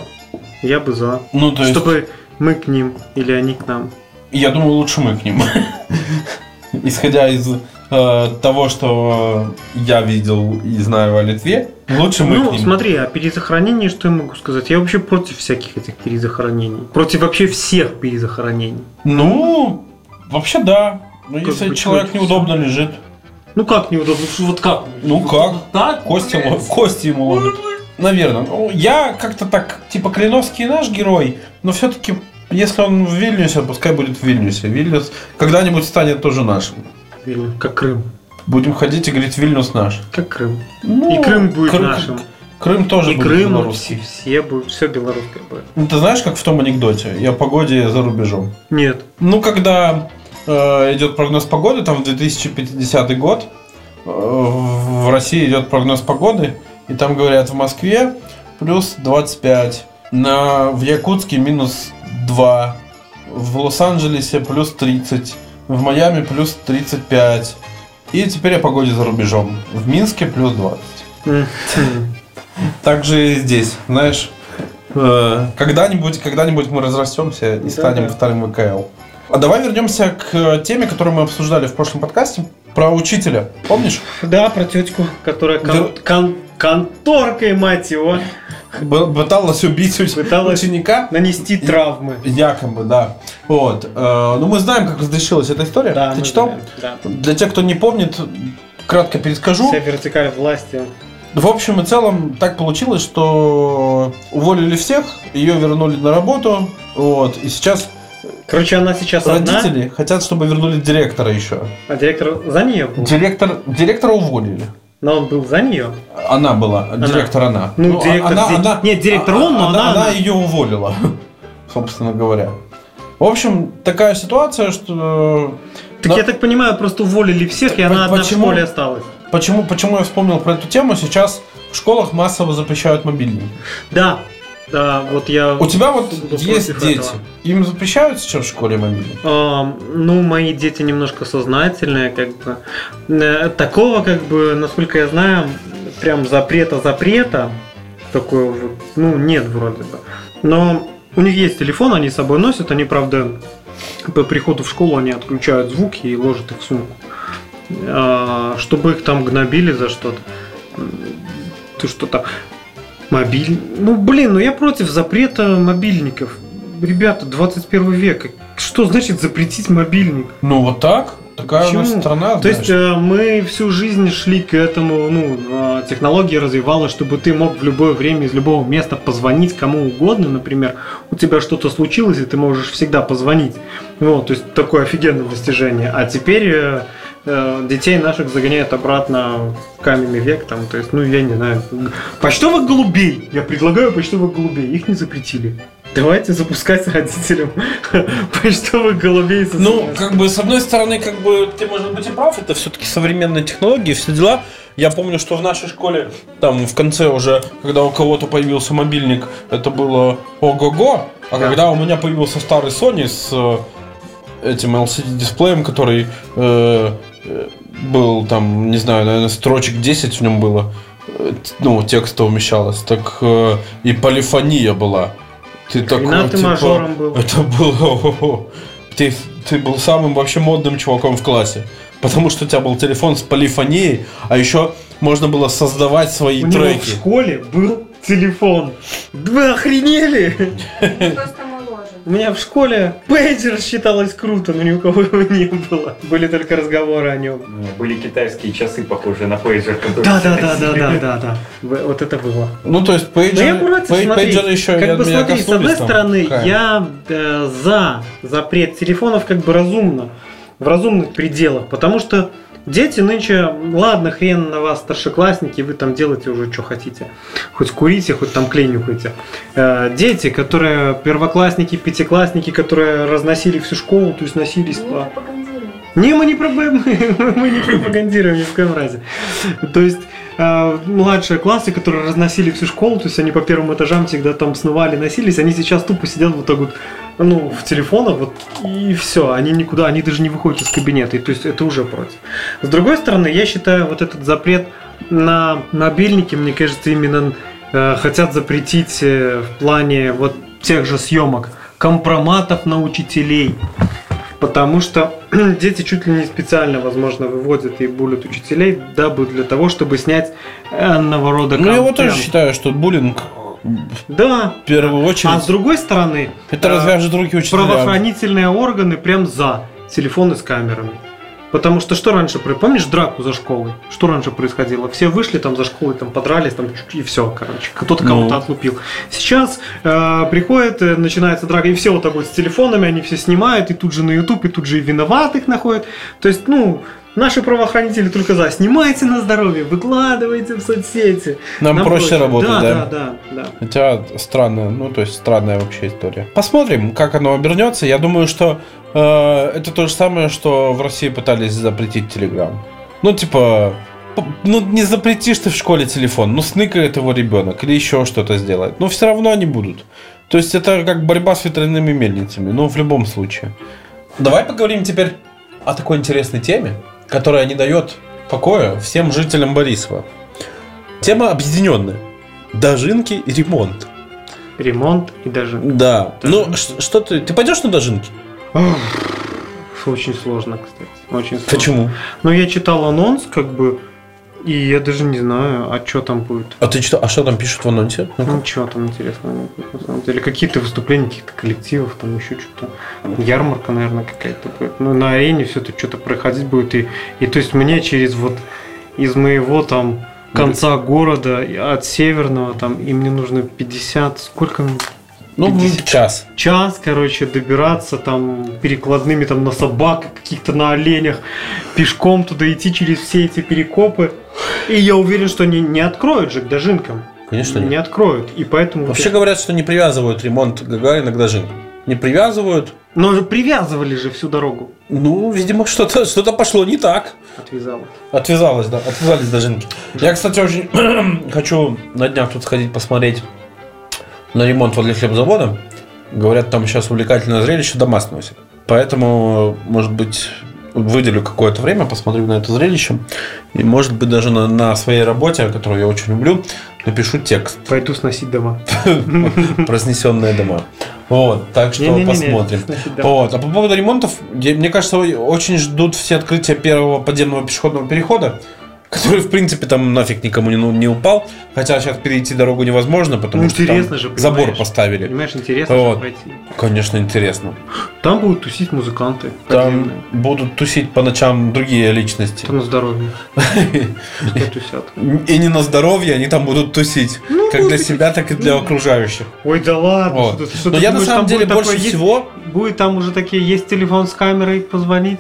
Speaker 3: Я бы за.
Speaker 2: Ну, то есть...
Speaker 3: Чтобы мы к ним или они к нам.
Speaker 2: Я думаю, лучше мы к ним. Исходя из э, того, что я видел и знаю о Литве, лучше мы к
Speaker 3: Ну,
Speaker 2: ним.
Speaker 3: смотри, о перезахоронении что я могу сказать? Я вообще против всяких этих перезахоронений. Против вообще всех перезахоронений.
Speaker 2: Ну, вообще да. Ну, если
Speaker 3: бы
Speaker 2: человек
Speaker 3: чё,
Speaker 2: неудобно лежит,
Speaker 3: Ну как неудобно? Что Вот как?
Speaker 2: Ну
Speaker 3: Вот
Speaker 2: как?
Speaker 3: вот Так?
Speaker 2: кости, ло- кости ему ломят. Наверное. Ну, Я как-то так, типа, Клиновский наш герой, но все-таки, если он в Вильнюсе, пускай будет в Вильнюсе. Вильнюс когда-нибудь станет тоже нашим.
Speaker 3: Блин, Как Крым.
Speaker 2: Будем ходить и говорить, Вильнюс наш.
Speaker 3: Как Крым.
Speaker 2: Ну,
Speaker 3: И Крым будет
Speaker 2: Крым-
Speaker 3: нашим.
Speaker 2: Крым тоже
Speaker 3: И
Speaker 2: будет
Speaker 3: Крым,
Speaker 2: белорусский.
Speaker 3: все, все будет, все белорусское будет.
Speaker 2: Ну, ты знаешь, как в том анекдоте? Я о погоде за рубежом.
Speaker 3: Нет.
Speaker 2: Ну, когда э, идет прогноз погоды, там в 2050 год, э, в России идет прогноз погоды, и там говорят в Москве плюс 25, на, в Якутске минус 2, в Лос-Анджелесе плюс 30, в Майами плюс 35. И теперь о погоде за рубежом. В Минске плюс 20.
Speaker 3: М.
Speaker 2: Также и здесь, знаешь,
Speaker 7: Э, Когда-нибудь, когда-нибудь мы разрастемся и станем вторым ВКЛ. А давай вернемся к э, теме, которую мы обсуждали в прошлом подкасте про учителя. Помнишь?
Speaker 3: Да, про тетку, которая кон-
Speaker 7: Да.
Speaker 3: кон- конторкой, мать его,
Speaker 7: Б- Пыталась убить уч-
Speaker 3: Пыталась.
Speaker 7: ученика.
Speaker 3: нанести травмы.
Speaker 7: Якобы, да. Вот. Э, Ну мы знаем, как разрешилась эта история.
Speaker 3: Да,
Speaker 7: Ты
Speaker 3: мы
Speaker 7: читал?
Speaker 3: знаем, Да.
Speaker 7: Для тех, кто не помнит, кратко перескажу.
Speaker 3: Вся вертикаль власти.
Speaker 7: В общем и целом так получилось, что уволили всех, ее вернули на работу, вот, и сейчас
Speaker 3: Короче, она сейчас одна,
Speaker 7: родители хотят, чтобы вернули директора еще.
Speaker 3: а директор за нее был.
Speaker 7: Директор, директора уволили.
Speaker 3: Но он был за нее.
Speaker 7: Она была, директор она. а
Speaker 3: Ну, директор
Speaker 7: она,
Speaker 3: здесь-
Speaker 7: она-
Speaker 3: нет, директор он, но она- она.
Speaker 7: ее уволила, собственно говоря. В общем, такая ситуация, что...
Speaker 3: Так
Speaker 7: Но-
Speaker 3: я так понимаю, просто уволили всех, и она одна в
Speaker 7: почему?
Speaker 3: школе осталась.
Speaker 7: Почему, почему я вспомнил про эту тему? Сейчас в школах массово запрещают мобильники.
Speaker 3: Да, да, вот я...
Speaker 7: У тебя вот
Speaker 3: Суду
Speaker 7: есть
Speaker 3: против
Speaker 7: дети.
Speaker 3: этого.
Speaker 7: Им запрещают сейчас в школе мобильники?
Speaker 3: Эм, ну, мои дети немножко сознательные, как бы. Э, Такого, как бы, насколько я знаю, прям запрета-запрета, такое вот, ну, нет вроде бы. Но у них есть телефон, они с собой носят, они, правда, по приходу в школу они отключают звуки и ложат их в сумку. А, Чтобы их там гнобили за что-то. М, Ты что-то... Мобиль... Ну, блин, ну я против запрета мобильников. Ребята, 21 век. Что значит запретить мобильник?
Speaker 7: Ну вот так. Такая у нас
Speaker 3: Почему?
Speaker 7: страна.
Speaker 3: То есть
Speaker 7: знаешь.
Speaker 3: э, мы всю жизнь шли к этому, ну, э, технология развивалась, чтобы ты мог в любое время из любого места позвонить кому угодно, например, у тебя что-то случилось, и ты можешь всегда позвонить. Вот, то есть такое офигенное достижение. А теперь э, э, детей наших загоняют обратно в каменный век, там, то есть, ну, я не знаю. Почтовых голубей! Я предлагаю почтовых голубей, их не запретили. Давайте запускать родителям почтовых голубей. со
Speaker 2: Ну,
Speaker 3: смс.
Speaker 2: как бы, с одной стороны, как бы, ты, может быть, и прав, это все-таки современные технологии, все дела. Я помню, что в нашей школе, там, в конце уже, когда у кого-то появился мобильник, это было ого-го, а
Speaker 3: Да.
Speaker 2: когда у меня появился старый Sony с э, этим LCD-дисплеем, который э, э, был, там, не знаю, наверное, строчек 10 в нем было, э, т- ну, текста умещалось, так э, и полифония была. Ты такой,
Speaker 3: Хрена ты
Speaker 2: типа,
Speaker 3: мажором был.
Speaker 2: это было... о-хо-хо. Ты, ты был самым вообще модным чуваком в классе. Потому что у тебя был телефон с полифонией, а еще можно было создавать свои
Speaker 3: У него в
Speaker 2: треки.
Speaker 3: школе был телефон. Вы охренели?
Speaker 4: Просто моложе.
Speaker 3: У меня в школе пейджер считалось круто, но ни у кого его не было. Были только разговоры о нем.
Speaker 6: Ну, Были китайские часы, похожие на пейджер. которые
Speaker 3: Да, да, да,
Speaker 6: сейчас
Speaker 3: да, да,
Speaker 6: есть.
Speaker 3: да, да. В- Вот это было.
Speaker 7: Ну то есть
Speaker 3: Да я
Speaker 7: пейджер,
Speaker 3: против,
Speaker 7: пей-
Speaker 3: смотри.
Speaker 7: пейджеры еще
Speaker 3: как
Speaker 7: я-
Speaker 3: бы
Speaker 7: меня
Speaker 3: смотри, с одной
Speaker 7: коснулись там.
Speaker 3: стороны,
Speaker 7: Какая?
Speaker 3: я э, за запрет телефонов как бы разумно, в разумных пределах, потому что дети нынче, ладно, хрен на вас, старшеклассники, вы там делаете уже что хотите, хоть курите, хоть там клей нюхайте. Э, дети, которые первоклассники, пятиклассники, которые разносили всю школу, то есть носились
Speaker 4: Не
Speaker 3: по...
Speaker 4: пропагандируем.
Speaker 3: Не, мы не, пропа- мы не пропагандируем ни в коем разе. То есть э, младшие классы, которые разносили всю школу, то есть они по первым этажам всегда там снували, носились, они сейчас тупо сидят вот так вот, ну, в телефонах вот и все, они никуда, они даже не выходят из кабинета, и то есть это уже против. С другой стороны, я считаю вот этот запрет на мобильники, мне кажется, именно э, хотят запретить э, в плане вот тех же съемок, компроматов на учителей. Потому что дети чуть ли не специально, возможно, выводят и булят учителей, дабы для того, чтобы снять э, одного рода
Speaker 2: Ну, я вот
Speaker 3: контент.
Speaker 2: тоже считаю, что буллинг
Speaker 3: Да.
Speaker 2: в первую
Speaker 3: А с
Speaker 2: очередь...
Speaker 3: другой стороны,
Speaker 2: Это
Speaker 3: э,
Speaker 2: развяжет руки учителям.
Speaker 3: правоохранительные органы прям за телефоны с камерами. Потому что что раньше, про- помнишь драку за школой? Что раньше происходило? Все вышли там за школой, там подрались, там чуть- и все, короче. Кто-то
Speaker 2: Ну.
Speaker 3: кого-то отлупил. Сейчас э, приходит, э, начинается драка, и все вот так вот с телефонами, они все снимают, и тут же на YouTube, и тут же и виноватых находят. То есть, ну, наши правоохранители только за. Снимайте на здоровье, выкладывайте в соцсети.
Speaker 2: Нам проще работать, да.
Speaker 3: Да, да, да. да.
Speaker 2: Хотя странная, ну то есть странная вообще история. Посмотрим, как оно обернется. Я думаю, что э, это то же самое, что в России пытались запретить Телеграм. Ну типа, п- ну не запретишь ты в школе телефон, ну сныкает его ребенок или еще что-то сделает. Но все равно они будут. То есть это как борьба с ветряными мельницами, ну в любом случае. Давай поговорим теперь о такой интересной теме, которая не дает покоя всем жителям Борисова. Тема объединенная. Дожинки и ремонт.
Speaker 3: ремонт и даже...
Speaker 2: Да. Ну, ш- что ты... Ты пойдешь на дожинки?
Speaker 3: Очень сложно, кстати. Очень сложно.
Speaker 2: Почему?
Speaker 3: Ну, я читал анонс, как бы, и я даже не знаю, а что там будет.
Speaker 2: А ты что? А что там пишут в анонсе? Ну-ка.
Speaker 3: Ну, что там интересного нет, на самом деле. Какие-то выступления каких-то коллективов, там еще что-то. Ярмарка, наверное, какая-то будет. Ну, на арене все это что-то проходить будет. И, и то есть мне через вот из моего там конца города, и от северного там, и мне нужно 50, сколько мне?
Speaker 2: Ну, в
Speaker 3: 50.
Speaker 2: час.
Speaker 3: час, короче, добираться там перекладными там на собак, каких-то на оленях, пешком туда идти через все эти перекопы. И я уверен, что не, не откроют же к дожинкам.
Speaker 2: Конечно,
Speaker 3: не
Speaker 2: нет.
Speaker 3: откроют. И поэтому...
Speaker 2: Вообще говорят, что не привязывают ремонт Гагарина к дожинкам. Не привязывают.
Speaker 3: Но же привязывали же всю дорогу.
Speaker 2: Ну, видимо, что-то что пошло не так.
Speaker 3: Отвязала.
Speaker 2: Отвязалась, да, отвязались дожинки. Я, кстати, очень хочу на днях тут сходить посмотреть на ремонт возле хлебзавода. Говорят, там сейчас увлекательное зрелище дома сносят. Поэтому, может быть, выделю какое-то время, посмотрю на это зрелище. И, может быть, даже на, на своей работе, которую я очень люблю, напишу текст
Speaker 3: Пойду сносить дома.
Speaker 2: про снесенные дома. Вот, так что
Speaker 3: Не-не-не-не,
Speaker 2: посмотрим.
Speaker 3: сносить дома.
Speaker 2: Вот. А по поводу ремонтов, я- мне кажется, очень ждут все открытия первого подземного пешеходного перехода, который, в принципе, там нафиг никому не, ну- не упал. Хотя сейчас перейти дорогу невозможно, потому
Speaker 3: Ну,
Speaker 2: что там
Speaker 3: интересно же,
Speaker 2: забор
Speaker 3: понимаешь?
Speaker 2: поставили.
Speaker 3: Понимаешь, интересно
Speaker 2: Вот.
Speaker 3: же пойти.
Speaker 2: Конечно, интересно.
Speaker 3: Там будут тусить музыканты.
Speaker 2: Там
Speaker 3: подземные.
Speaker 2: будут тусить по ночам другие личности.
Speaker 3: Там на здоровье. Пускай тусят.
Speaker 2: И не на здоровье, они там будут тусить.
Speaker 3: Ну,
Speaker 2: Как для себя, так и для окружающих.
Speaker 3: Ой, да ладно.
Speaker 2: Вот.
Speaker 3: что ты- Ну, что
Speaker 2: Но
Speaker 3: ты
Speaker 2: я на
Speaker 3: думаешь,
Speaker 2: самом
Speaker 3: там
Speaker 2: деле
Speaker 3: будет
Speaker 2: больше
Speaker 3: такое, есть-
Speaker 2: всего
Speaker 3: Будет там уже такие, есть телефон с камерой, позвонить.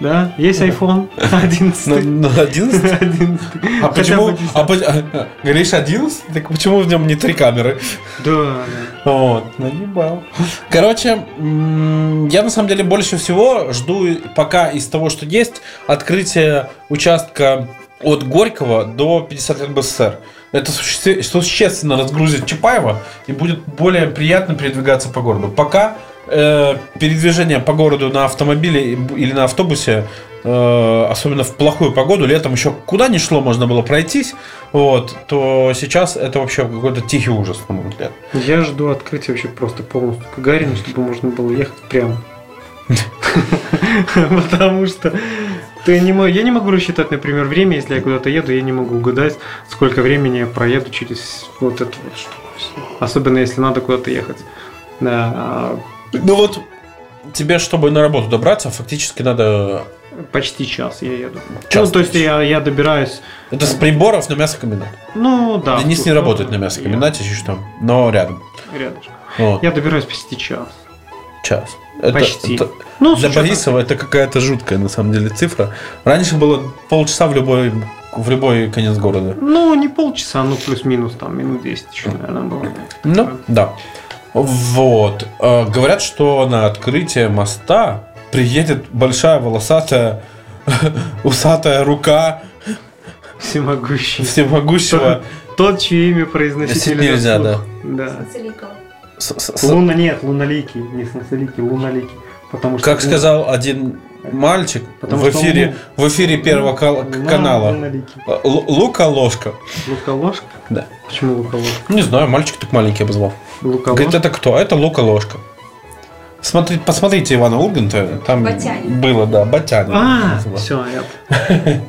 Speaker 3: Да, есть iPhone 11.
Speaker 2: на на 11
Speaker 3: 11.
Speaker 2: Ну, А
Speaker 3: Хотя бы
Speaker 2: почему?
Speaker 3: 10.
Speaker 2: А, по- а, а, говоришь 11? Так почему в нем не три камеры?
Speaker 3: Да,
Speaker 2: Вот, наебал. Короче, м, я на самом деле больше всего жду пока из того, что есть, открытие участка от Горького до 50 лет БССР. Это суще- существенно разгрузит Чапаева и будет более приятно передвигаться по городу. Пока э, передвижение по городу на автомобиле или на автобусе, э, особенно в плохую погоду, летом еще куда ни шло можно было пройтись, вот, то сейчас это вообще какой-то тихий ужас, на мой взгляд.
Speaker 3: да. Я жду открытия вообще просто полностью Гагарина, чтобы можно было ехать прямо. Потому что ты не мо- я не могу рассчитать, например, время, если я куда-то еду, я не могу угадать, сколько времени я проеду через вот эту вот штуку. всю. Особенно если надо куда-то ехать. Да, а,
Speaker 2: Ну вот, тебе, чтобы на работу добраться, фактически надо...
Speaker 3: почти час я еду.
Speaker 2: Час,
Speaker 3: ну, то есть
Speaker 2: то есть.
Speaker 3: я, я добираюсь
Speaker 2: Это с приборов на мясокомбинат.
Speaker 3: Ну да.
Speaker 2: Денис
Speaker 3: тут,
Speaker 2: не
Speaker 3: ну,
Speaker 2: работает на мясокомбинате, еще что, но рядом.
Speaker 3: я Рядышком.
Speaker 2: Вот,
Speaker 3: Я добираюсь почти час.
Speaker 2: час. Это-
Speaker 3: почти.
Speaker 2: это-
Speaker 3: Ну, с
Speaker 2: для
Speaker 3: учетом-
Speaker 2: Борисова это какая-то жуткая, на самом деле, цифра. Раньше было полчаса в любой, в любой конец города.
Speaker 3: Ну, не полчаса, ну плюс-минус там минут 10 еще, наверное, было.
Speaker 2: Ну, да. Вот. Э, Говорят, что на открытие моста приедет большая волосатая усатая рука
Speaker 3: Всемогущий.
Speaker 2: всемогущего.
Speaker 3: Тот, чье имя произносить
Speaker 2: Носить нельзя,
Speaker 3: вслух. Да.
Speaker 4: Сацеликова.
Speaker 2: с- с- с-
Speaker 3: Луна нет, луналикий, не солнцеликий, луналикий. Потому что
Speaker 2: Как сказал один мальчик
Speaker 3: Потому
Speaker 2: в
Speaker 3: что
Speaker 2: эфире, в эфире первого кал-
Speaker 3: Луна
Speaker 2: канала. Э,
Speaker 3: луналикий.
Speaker 2: Л- Лука ложка.
Speaker 3: Луколожка?
Speaker 2: Да.
Speaker 3: Почему луколожка?
Speaker 2: Не знаю, мальчик так маленький обозвал. Говорит,
Speaker 3: Луколожка.
Speaker 2: это кто? А Это Лука ложка. Смотри, посмотрите Ивана Урганта, там
Speaker 4: Батянин.
Speaker 2: было, да, Батянин.
Speaker 3: А,
Speaker 2: называл.
Speaker 3: все, я...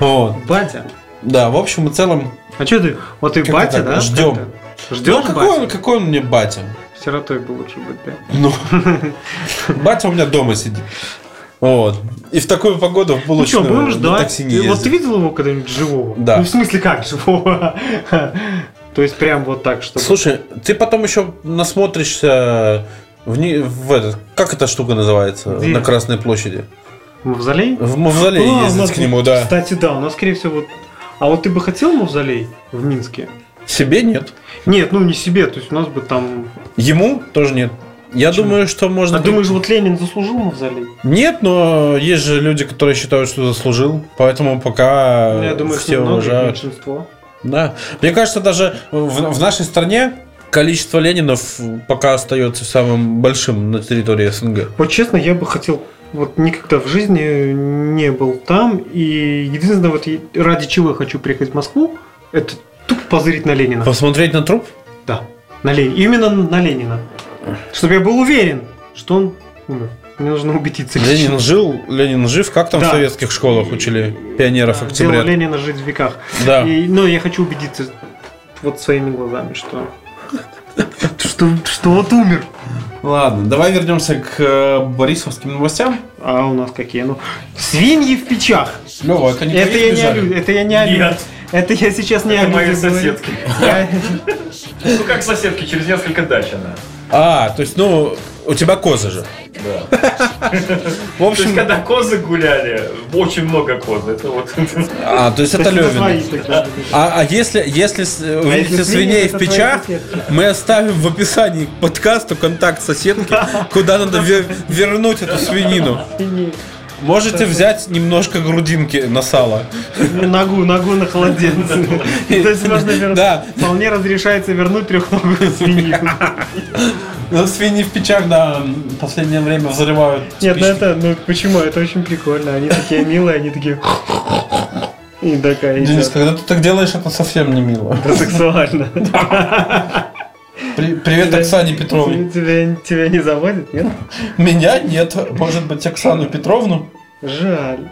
Speaker 2: Вот.
Speaker 3: Батя.
Speaker 2: Да, в общем и целом.
Speaker 3: А что ты? Вот и
Speaker 2: Как-то
Speaker 3: батя,
Speaker 2: так,
Speaker 3: да?
Speaker 2: ждём.
Speaker 3: Ждем
Speaker 2: Ну, какой, он, какой он мне батя?
Speaker 3: Сиротой бы лучше быть, да?
Speaker 2: Ну, батя у меня дома сидит. Вот. И в такую погоду в
Speaker 3: Ну что,
Speaker 2: булочную
Speaker 3: будем
Speaker 2: на
Speaker 3: ждать.
Speaker 2: такси не
Speaker 3: Ты- Вот ты
Speaker 2: ездит.
Speaker 3: видел его когда-нибудь живого?
Speaker 2: Да.
Speaker 3: Ну, в смысле, как живого? То есть, прям вот так, чтобы...
Speaker 2: Слушай, ты потом еще насмотришься в, не- в этот, как эта штука называется,
Speaker 3: Где?
Speaker 2: на Красной площади?
Speaker 3: Мавзолей?
Speaker 2: В мавзолей
Speaker 3: А, у
Speaker 2: ездить
Speaker 3: нас-
Speaker 2: к нему, да.
Speaker 3: Кстати, да, у нас, скорее всего, вот... А вот ты бы хотел мавзолей в Минске?
Speaker 2: Себе нет.
Speaker 3: Нет, ну не себе, то есть у нас бы там...
Speaker 2: Ему тоже нет. Я
Speaker 3: Почему?
Speaker 2: думаю, что можно...
Speaker 3: А думаешь, вот Ленин заслужил мавзолей?
Speaker 2: Нет, но есть же люди, которые считают, что заслужил. Поэтому пока
Speaker 3: Ну, Я думаю,
Speaker 2: Э, все
Speaker 3: что много,
Speaker 2: уважают.
Speaker 3: меньшинство.
Speaker 2: Да. Мне кажется, даже в, в нашей стране количество Ленинов пока остается самым большим на территории СНГ.
Speaker 3: Вот честно, я бы хотел вот никогда в жизни не был там. И единственное, вот и- ради чего я хочу приехать в Москву, это тупо позырить на Ленина.
Speaker 2: Посмотреть на труп?
Speaker 3: Да. На Лени- Именно на Ленина. Чтобы я был уверен, что он умер. Мне нужно убедиться.
Speaker 2: Ленин жил, Ленин жив, как там
Speaker 3: Да.
Speaker 2: в советских школах учили пионеров
Speaker 3: Дело
Speaker 2: октября?
Speaker 3: Ленина жить в веках.
Speaker 2: Да.
Speaker 3: И- но я хочу убедиться вот своими глазами, что... Что, что вот умер.
Speaker 7: Ладно, давай вернемся к э, борисовским новостям.
Speaker 3: А у нас какие? Ну, свиньи в печах.
Speaker 7: Лева, это не
Speaker 3: Это
Speaker 7: твои
Speaker 3: я не,
Speaker 7: сбежали?
Speaker 3: алю- это я не алю-
Speaker 6: Нет.
Speaker 3: Это я сейчас не
Speaker 6: Это
Speaker 3: алю-
Speaker 6: мои
Speaker 3: говорю.
Speaker 6: соседки.
Speaker 3: Я-
Speaker 6: Ну как соседки, через несколько дач она.
Speaker 2: А, то есть, ну, у тебя козы же. В
Speaker 6: То есть,
Speaker 2: общем,
Speaker 6: когда козы гуляли, очень много коз. Это вот.
Speaker 2: а, то есть это
Speaker 3: Спасибо,
Speaker 2: Левин.
Speaker 3: твои тогда.
Speaker 2: А, а если, если с- увидите
Speaker 3: если
Speaker 2: свиней
Speaker 3: свиньи,
Speaker 2: в
Speaker 3: это твои
Speaker 2: печах,
Speaker 3: соседки.
Speaker 2: мы оставим в описании к подкасту контакт соседки, куда надо ве- вернуть эту свинину.
Speaker 3: Свиньи.
Speaker 2: Можете взять немножко грудинки на сало.
Speaker 3: Ногу, ногу на холоденце. То есть можно вернуть.
Speaker 2: Да.
Speaker 3: Вполне разрешается вернуть трехногую свинью.
Speaker 7: Ну, свиньи в печах, да, в последнее время взрывают.
Speaker 3: Нет, ну
Speaker 7: спички.
Speaker 3: это, ну почему? Это очень прикольно. Они такие милые, они такие... И такая
Speaker 7: Денис,
Speaker 3: идет.
Speaker 7: когда ты так делаешь, это совсем не мило.
Speaker 3: Это сексуально.
Speaker 7: При- привет Оксане Петровне.
Speaker 3: Тебя, тебя не заводит, нет?
Speaker 7: Меня нет, может быть, Оксану Петровну?
Speaker 3: Жаль.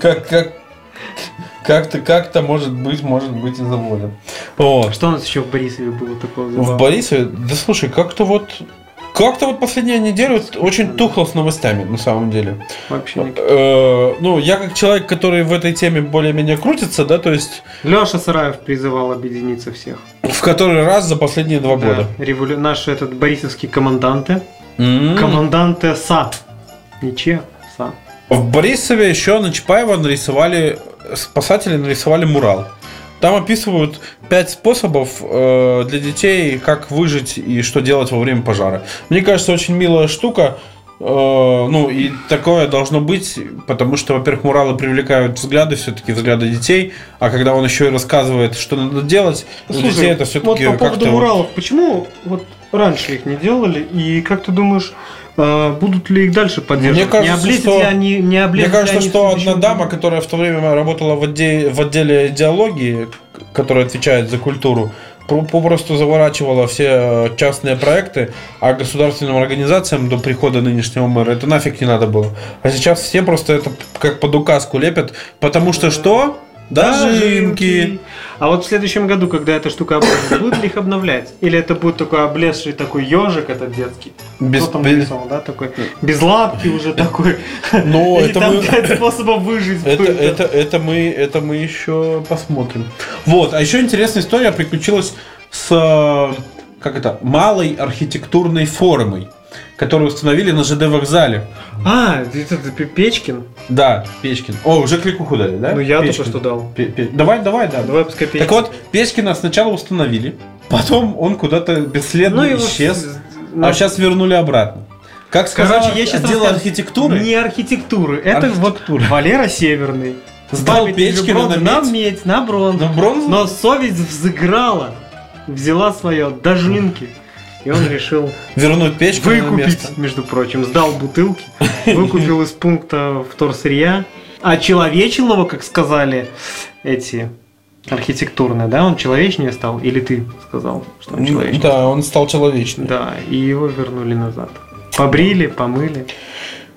Speaker 7: Как, как, как-то, как-то, может быть, может быть и заводят.
Speaker 2: О,
Speaker 3: Что у нас еще в Борисове было такого?
Speaker 7: В
Speaker 3: забавного?
Speaker 7: Борисове, да слушай, как-то вот... Как-то вот последняя неделя вот очень тухло с новостями, на самом деле.
Speaker 3: Вообще никак.
Speaker 7: Э, ну, я как человек, который в этой теме более-менее крутится, да, то есть
Speaker 3: Леша Сараев призывал объединиться всех.
Speaker 7: в который раз за последние два года.
Speaker 3: Да, револю- Наши этот борисовские команданты.
Speaker 2: м.
Speaker 3: Команданты СА. Ничего, СА.
Speaker 2: В Борисове еще на Чапаева нарисовали, спасатели нарисовали мурал. Там описывают пять способов э, для детей, как выжить и что делать во время пожара. Мне кажется, очень милая штука. Э, ну, и такое должно быть, потому что, во-первых, муралы привлекают взгляды, все-таки взгляды детей. А когда он еще и рассказывает, что надо делать, у
Speaker 3: Слушай,
Speaker 2: детей это
Speaker 3: вот
Speaker 2: все-таки
Speaker 3: по поводу
Speaker 2: как-то...
Speaker 3: Уралов, почему вот раньше их не делали, и как ты думаешь, э, будут ли их дальше
Speaker 2: Мне
Speaker 3: поддерживать?
Speaker 2: кажется,
Speaker 3: не облезет
Speaker 2: что-
Speaker 3: ли они, не
Speaker 2: Мне
Speaker 3: облезут ли
Speaker 2: кажется,
Speaker 3: они
Speaker 2: что
Speaker 3: в
Speaker 2: одна
Speaker 3: следующем
Speaker 2: дама,
Speaker 3: году?
Speaker 2: которая в то время работала в, отде- в отделе идеологии, к- которая отвечает за культуру, про- попросту заворачивала все э, частные проекты, а государственным организациям до прихода нынешнего мэра это нафиг не надо было. А сейчас все просто это п- как под указку лепят, потому что что? Дожинки.
Speaker 3: А вот в следующем году, когда эта штука облезет, будут ли их обновлять? Или это будет такой облезший такой ежик этот детский?
Speaker 2: Без-
Speaker 3: Кто там
Speaker 2: без-
Speaker 3: нарисовал, да, такой? Без лапки уже такой.
Speaker 2: Ну,
Speaker 3: И
Speaker 2: это
Speaker 3: там
Speaker 2: мы-
Speaker 3: пять способов выжить.
Speaker 2: Это,
Speaker 3: будет.
Speaker 2: это, это, мы, это мы еще посмотрим. Вот, а еще интересная история приключилась с э, как это, малой архитектурной формой, которую установили на ЖД вокзале.
Speaker 3: А, это ты Печкин?
Speaker 2: Да, Печкин. О, уже кликуху дали, да?
Speaker 3: Ну я
Speaker 2: Печкин.
Speaker 3: только что дал.
Speaker 2: Пе- Пе- Давай, давай, да.
Speaker 3: Давай пускай Печкин.
Speaker 2: Так вот, Печкина сначала установили, потом он куда-то бесследно
Speaker 3: Ну, его
Speaker 2: исчез,
Speaker 3: с-
Speaker 2: а сейчас вернули обратно. Как сказала
Speaker 3: Короче, я сейчас
Speaker 2: отдел архитектуры,
Speaker 3: Не архитектуры, это
Speaker 2: Архитектура.
Speaker 3: вот Валера Северный.
Speaker 2: Сдал
Speaker 3: Памятник
Speaker 2: Печкина
Speaker 3: Жеброву
Speaker 2: на
Speaker 3: на
Speaker 2: медь.
Speaker 3: медь, на бронзу.
Speaker 2: на бронзу
Speaker 3: Но совесть взыграла, взяла свое дожинки. И он решил
Speaker 2: вернуть Печкина на место.
Speaker 3: выкупить, между прочим, сдал бутылки, выкупил из пункта вторсырья. А человечил его, как сказали эти архитектурные, да, он человечнее стал? Или ты сказал, что
Speaker 2: Ну,
Speaker 3: он человечнее?
Speaker 7: Да, он стал человечным.
Speaker 3: Да, и его вернули назад. Побрили, помыли.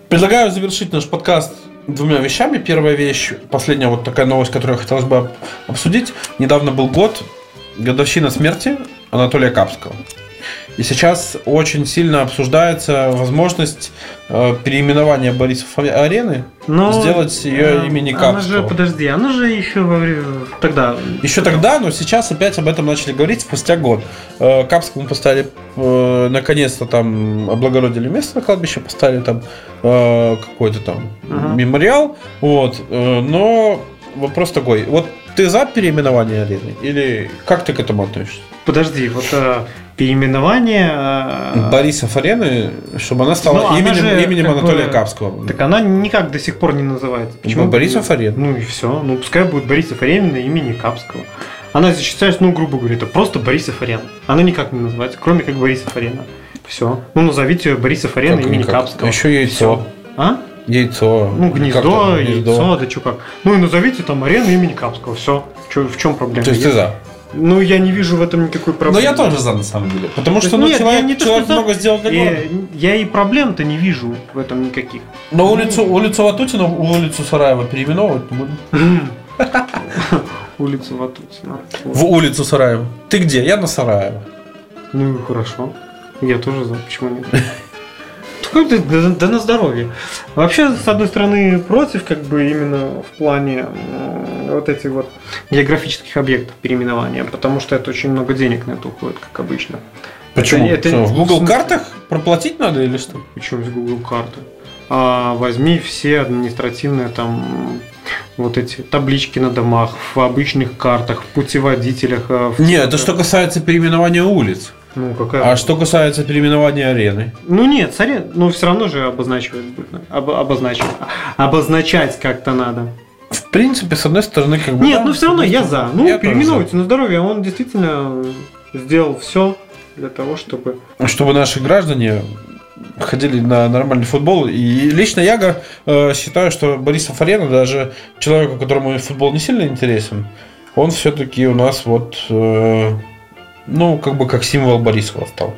Speaker 2: Предлагаю завершить наш подкаст двумя вещами. Первая вещь, последняя вот такая новость, которую хотелось бы об- обсудить. Недавно был год, годовщина смерти Анатолия Капского. И сейчас очень сильно обсуждается возможность э, переименования Борисов арены.
Speaker 3: Но,
Speaker 2: Сделать её
Speaker 3: э,
Speaker 2: имени
Speaker 3: Она
Speaker 2: Капского.
Speaker 3: же, подожди, она же еще во время... Тогда...
Speaker 2: Еще тогда, но сейчас опять об этом начали говорить спустя год. Э, Капскому поставили, э, наконец-то там облагородили место на кладбище, поставили там э, какой-то там
Speaker 3: Ага.
Speaker 2: мемориал. Вот, э, но вопрос такой, вот ты за переименование арены или как ты к этому относишься?
Speaker 3: Подожди, вот э, переименование... э,
Speaker 2: Борисов арены, чтобы она стала
Speaker 3: Ну, она
Speaker 2: именем,
Speaker 3: же
Speaker 2: именем
Speaker 3: как бы-
Speaker 2: Анатолия Капского.
Speaker 3: Так она никак до сих пор не называется.
Speaker 2: Почему Борисов арена?
Speaker 3: Ну и все. Ну пускай будет Борисов Арен на имени Капского. Она защищается, ну грубо говоря, это просто Борисов Арен. Она никак не называется, кроме как Борисов Арена. Все. Ну назовите ее Борисов Арена
Speaker 2: Как
Speaker 3: имени
Speaker 2: никак.
Speaker 3: Капского.
Speaker 2: Еще яйцо.
Speaker 3: Всё. А?
Speaker 2: Яйцо.
Speaker 3: Ну,
Speaker 2: Как
Speaker 3: гнездо,
Speaker 2: там?
Speaker 3: яйцо, да чё как. Ну и назовите там арену имени Капского, все. в чем проблема?
Speaker 2: То есть ты за?
Speaker 3: Ну, я не вижу в этом никакой
Speaker 7: Но
Speaker 3: проблемы.
Speaker 7: я тоже за, на самом деле. Потому
Speaker 3: То
Speaker 7: что
Speaker 3: есть
Speaker 7: ну,
Speaker 3: нет,
Speaker 7: человек,
Speaker 3: я не то,
Speaker 7: человек
Speaker 3: что за-
Speaker 7: много сделал для города.
Speaker 3: Э, Я и проблем-то не вижу в этом никаких.
Speaker 7: Но улицу, улицу Ватутина, улицу Сараева переименовывать не буду.
Speaker 3: Улицу Ватутина. Вот.
Speaker 7: В улицу Сараева. Ты где? Я на Сараева.
Speaker 3: Ну и хорошо. Я тоже за, почему нет. Такой, Да, да- да на здоровье. Вообще, с одной стороны, против, как бы именно в плане э, вот этих вот географических объектов переименования, потому что это очень много денег на это уходит, как обычно.
Speaker 7: Почему?
Speaker 3: это-
Speaker 7: Что, в
Speaker 3: в
Speaker 7: Google
Speaker 3: смысле?
Speaker 7: картах проплатить надо или что?
Speaker 3: Причем с Google карты. А возьми все административные там вот эти таблички на домах, в обычных картах, в путеводителях. э, в-
Speaker 7: Не, это что касается переименования улиц.
Speaker 3: Ну, какая...
Speaker 2: А что касается переименования арены?
Speaker 3: Ну нет, царя, ну все равно же обозначивать будет. Об- обозначивать. Обозначать как-то надо.
Speaker 2: В принципе, с одной стороны, как бы...
Speaker 3: Нет,
Speaker 2: да,
Speaker 3: ну все равно я за. Ну,
Speaker 2: Я тоже
Speaker 3: переименуйте на здоровье. Он действительно сделал все для того, чтобы...
Speaker 2: чтобы наши граждане ходили на нормальный футбол. И лично я го- э, считаю, что Борисов Арена, даже человеку, которому футбол не сильно интересен, он все-таки у нас вот, э, ну, как бы как символ Борисова стал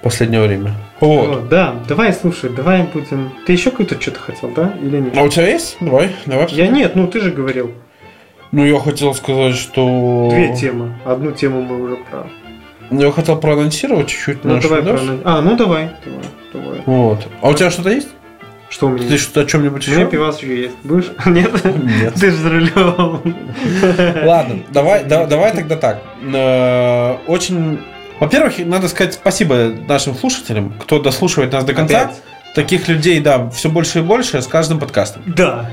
Speaker 2: в последнее время. Вот.
Speaker 3: Вот, да, давай, слушай, давай будем... Ты еще какой-то что-то хотел, да? Или нет?
Speaker 2: А у тебя есть? Давай, давай.
Speaker 3: Я нет, ну ты же говорил.
Speaker 2: Ну, я хотел сказать, что...
Speaker 3: Две темы. Одну тему мы уже про...
Speaker 2: Ну, Я хотел проанонсировать чуть-чуть.
Speaker 3: Ну
Speaker 2: нашу,
Speaker 3: давай
Speaker 2: да?
Speaker 3: про... А, ну давай. Давай, давай.
Speaker 2: Вот. А у тебя что-то есть?
Speaker 3: Что у меня?
Speaker 2: Ты
Speaker 3: есть?
Speaker 2: что-то о чем-нибудь
Speaker 3: У меня
Speaker 2: еще?
Speaker 3: пивас еще есть. Будешь? Нет?
Speaker 2: Нет.
Speaker 3: Ты же за рулем.
Speaker 2: Ладно, давай, да- давай тогда так. Э, Очень. Во-первых, надо сказать спасибо нашим слушателям, кто дослушивает нас до конца.
Speaker 7: Опять?
Speaker 2: Таких людей, да, все больше и больше с каждым подкастом.
Speaker 3: Да.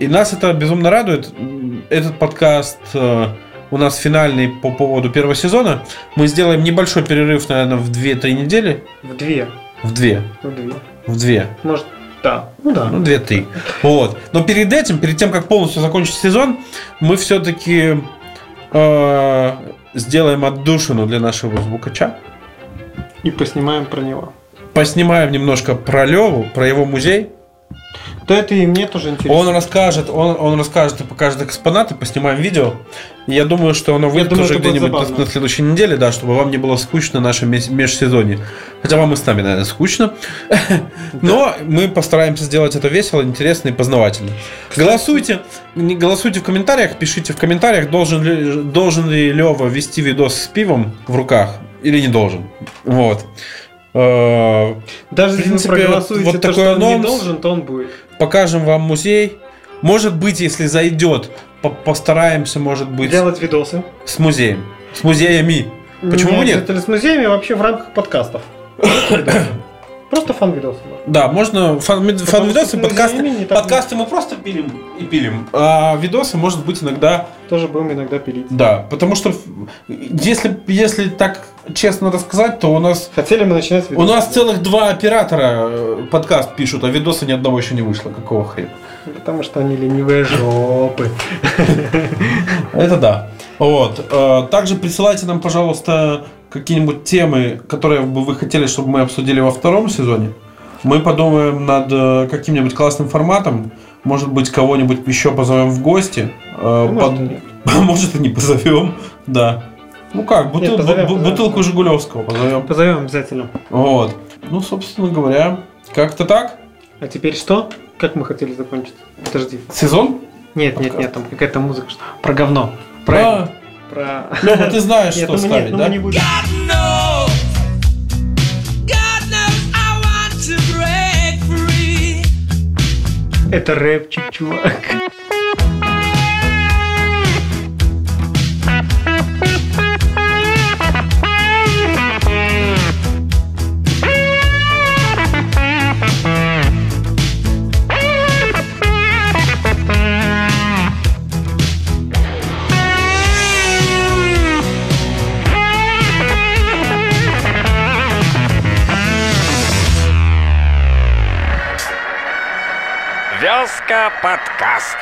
Speaker 2: И нас это безумно радует. М, Этот подкаст э, у нас финальный по поводу первого сезона. Мы сделаем небольшой перерыв, наверное, в 2-3 недели.
Speaker 3: В две.
Speaker 2: В 2.
Speaker 3: В две.
Speaker 2: В 2.
Speaker 3: Может, да. Ну
Speaker 2: Ну,
Speaker 3: да.
Speaker 2: 2-3. Вот. Но перед этим, перед тем, как полностью закончить сезон, мы все-таки сделаем отдушину для нашего звукача.
Speaker 3: И поснимаем про него.
Speaker 2: Поснимаем немножко про Леву, про его музей.
Speaker 3: Да это и мне тоже интересно.
Speaker 2: Он расскажет, он, он расскажет и покажет экспонаты, поснимаем видео. И Я думаю, что оно выйдет
Speaker 3: думаю,
Speaker 2: уже
Speaker 3: это будет
Speaker 2: где-нибудь на,
Speaker 3: забавно.
Speaker 2: на следующей неделе, да, чтобы вам не было скучно в нашем мес- межсезонье. Хотя вам и с нами, наверное, скучно. Но мы постараемся сделать это весело, интересно и познавательно. Голосуйте, не голосуйте в комментариях, пишите в комментариях, должен ли, должен ли Лева вести видос с пивом в руках или не должен. Вот. Э, в
Speaker 3: Даже если вы
Speaker 2: принципе,
Speaker 3: проголосуете
Speaker 2: вот
Speaker 3: то,
Speaker 2: такой
Speaker 3: что он не
Speaker 2: анонс.
Speaker 3: должен, то он будет.
Speaker 2: покажем вам музей. Может быть, если зайдет, по- постараемся, может быть,
Speaker 3: Делать видосы.
Speaker 2: с музеем. С музеями. Почему
Speaker 3: Не
Speaker 2: нет?
Speaker 3: обязательно с музеями вообще в рамках подкастов. Видосы. Просто фан видосы.
Speaker 2: Да, можно фан- мед-
Speaker 3: Потому что с
Speaker 2: фан-видосы, подкасты.
Speaker 3: музеями не так-
Speaker 2: Подкасты мы просто пилим и пилим. А видосы, может быть, иногда...
Speaker 3: Тоже будем иногда пилить.
Speaker 2: Да, потому что если, если так честно рассказать, то у нас...
Speaker 3: Хотели мы начинать с
Speaker 2: У
Speaker 3: видосов.
Speaker 2: нас целых два оператора э, подкаст пишут, а видоса ни одного еще не вышло. Какого хрена?
Speaker 3: Потому что они ленивые жопы.
Speaker 2: Это да. Вот. э, Также присылайте нам, пожалуйста, какие-нибудь темы, которые бы вы хотели, чтобы мы обсудили во втором сезоне. Мы подумаем над э, каким-нибудь классным форматом. Может быть, кого-нибудь еще позовем в гости. Э,
Speaker 3: Ну,
Speaker 2: под-
Speaker 3: может, и нет.
Speaker 2: Может, и не позовем. Да. Ну как, бутыл-
Speaker 3: Нет,
Speaker 2: бу-
Speaker 3: позовем,
Speaker 2: бу-
Speaker 3: позовем.
Speaker 2: бутылку Жигулевского позовем.
Speaker 3: Позовем обязательно.
Speaker 2: Вот. Ну, собственно говоря, как-то так.
Speaker 3: А теперь что? Как мы хотели закончить? Подожди.
Speaker 2: Сезон?
Speaker 3: Нет, нет, нет, там какая-то музыка. что- Про говно. Про... Про...
Speaker 2: А, Лёва, ты знаешь,
Speaker 3: Нет,
Speaker 2: что
Speaker 3: ну мы- нет,
Speaker 2: ставить,
Speaker 3: ну
Speaker 2: да?
Speaker 3: мы не будем.
Speaker 8: knows. God knows I want to break free.
Speaker 3: Это рэпчик, чувак.
Speaker 1: Вязка подкаст.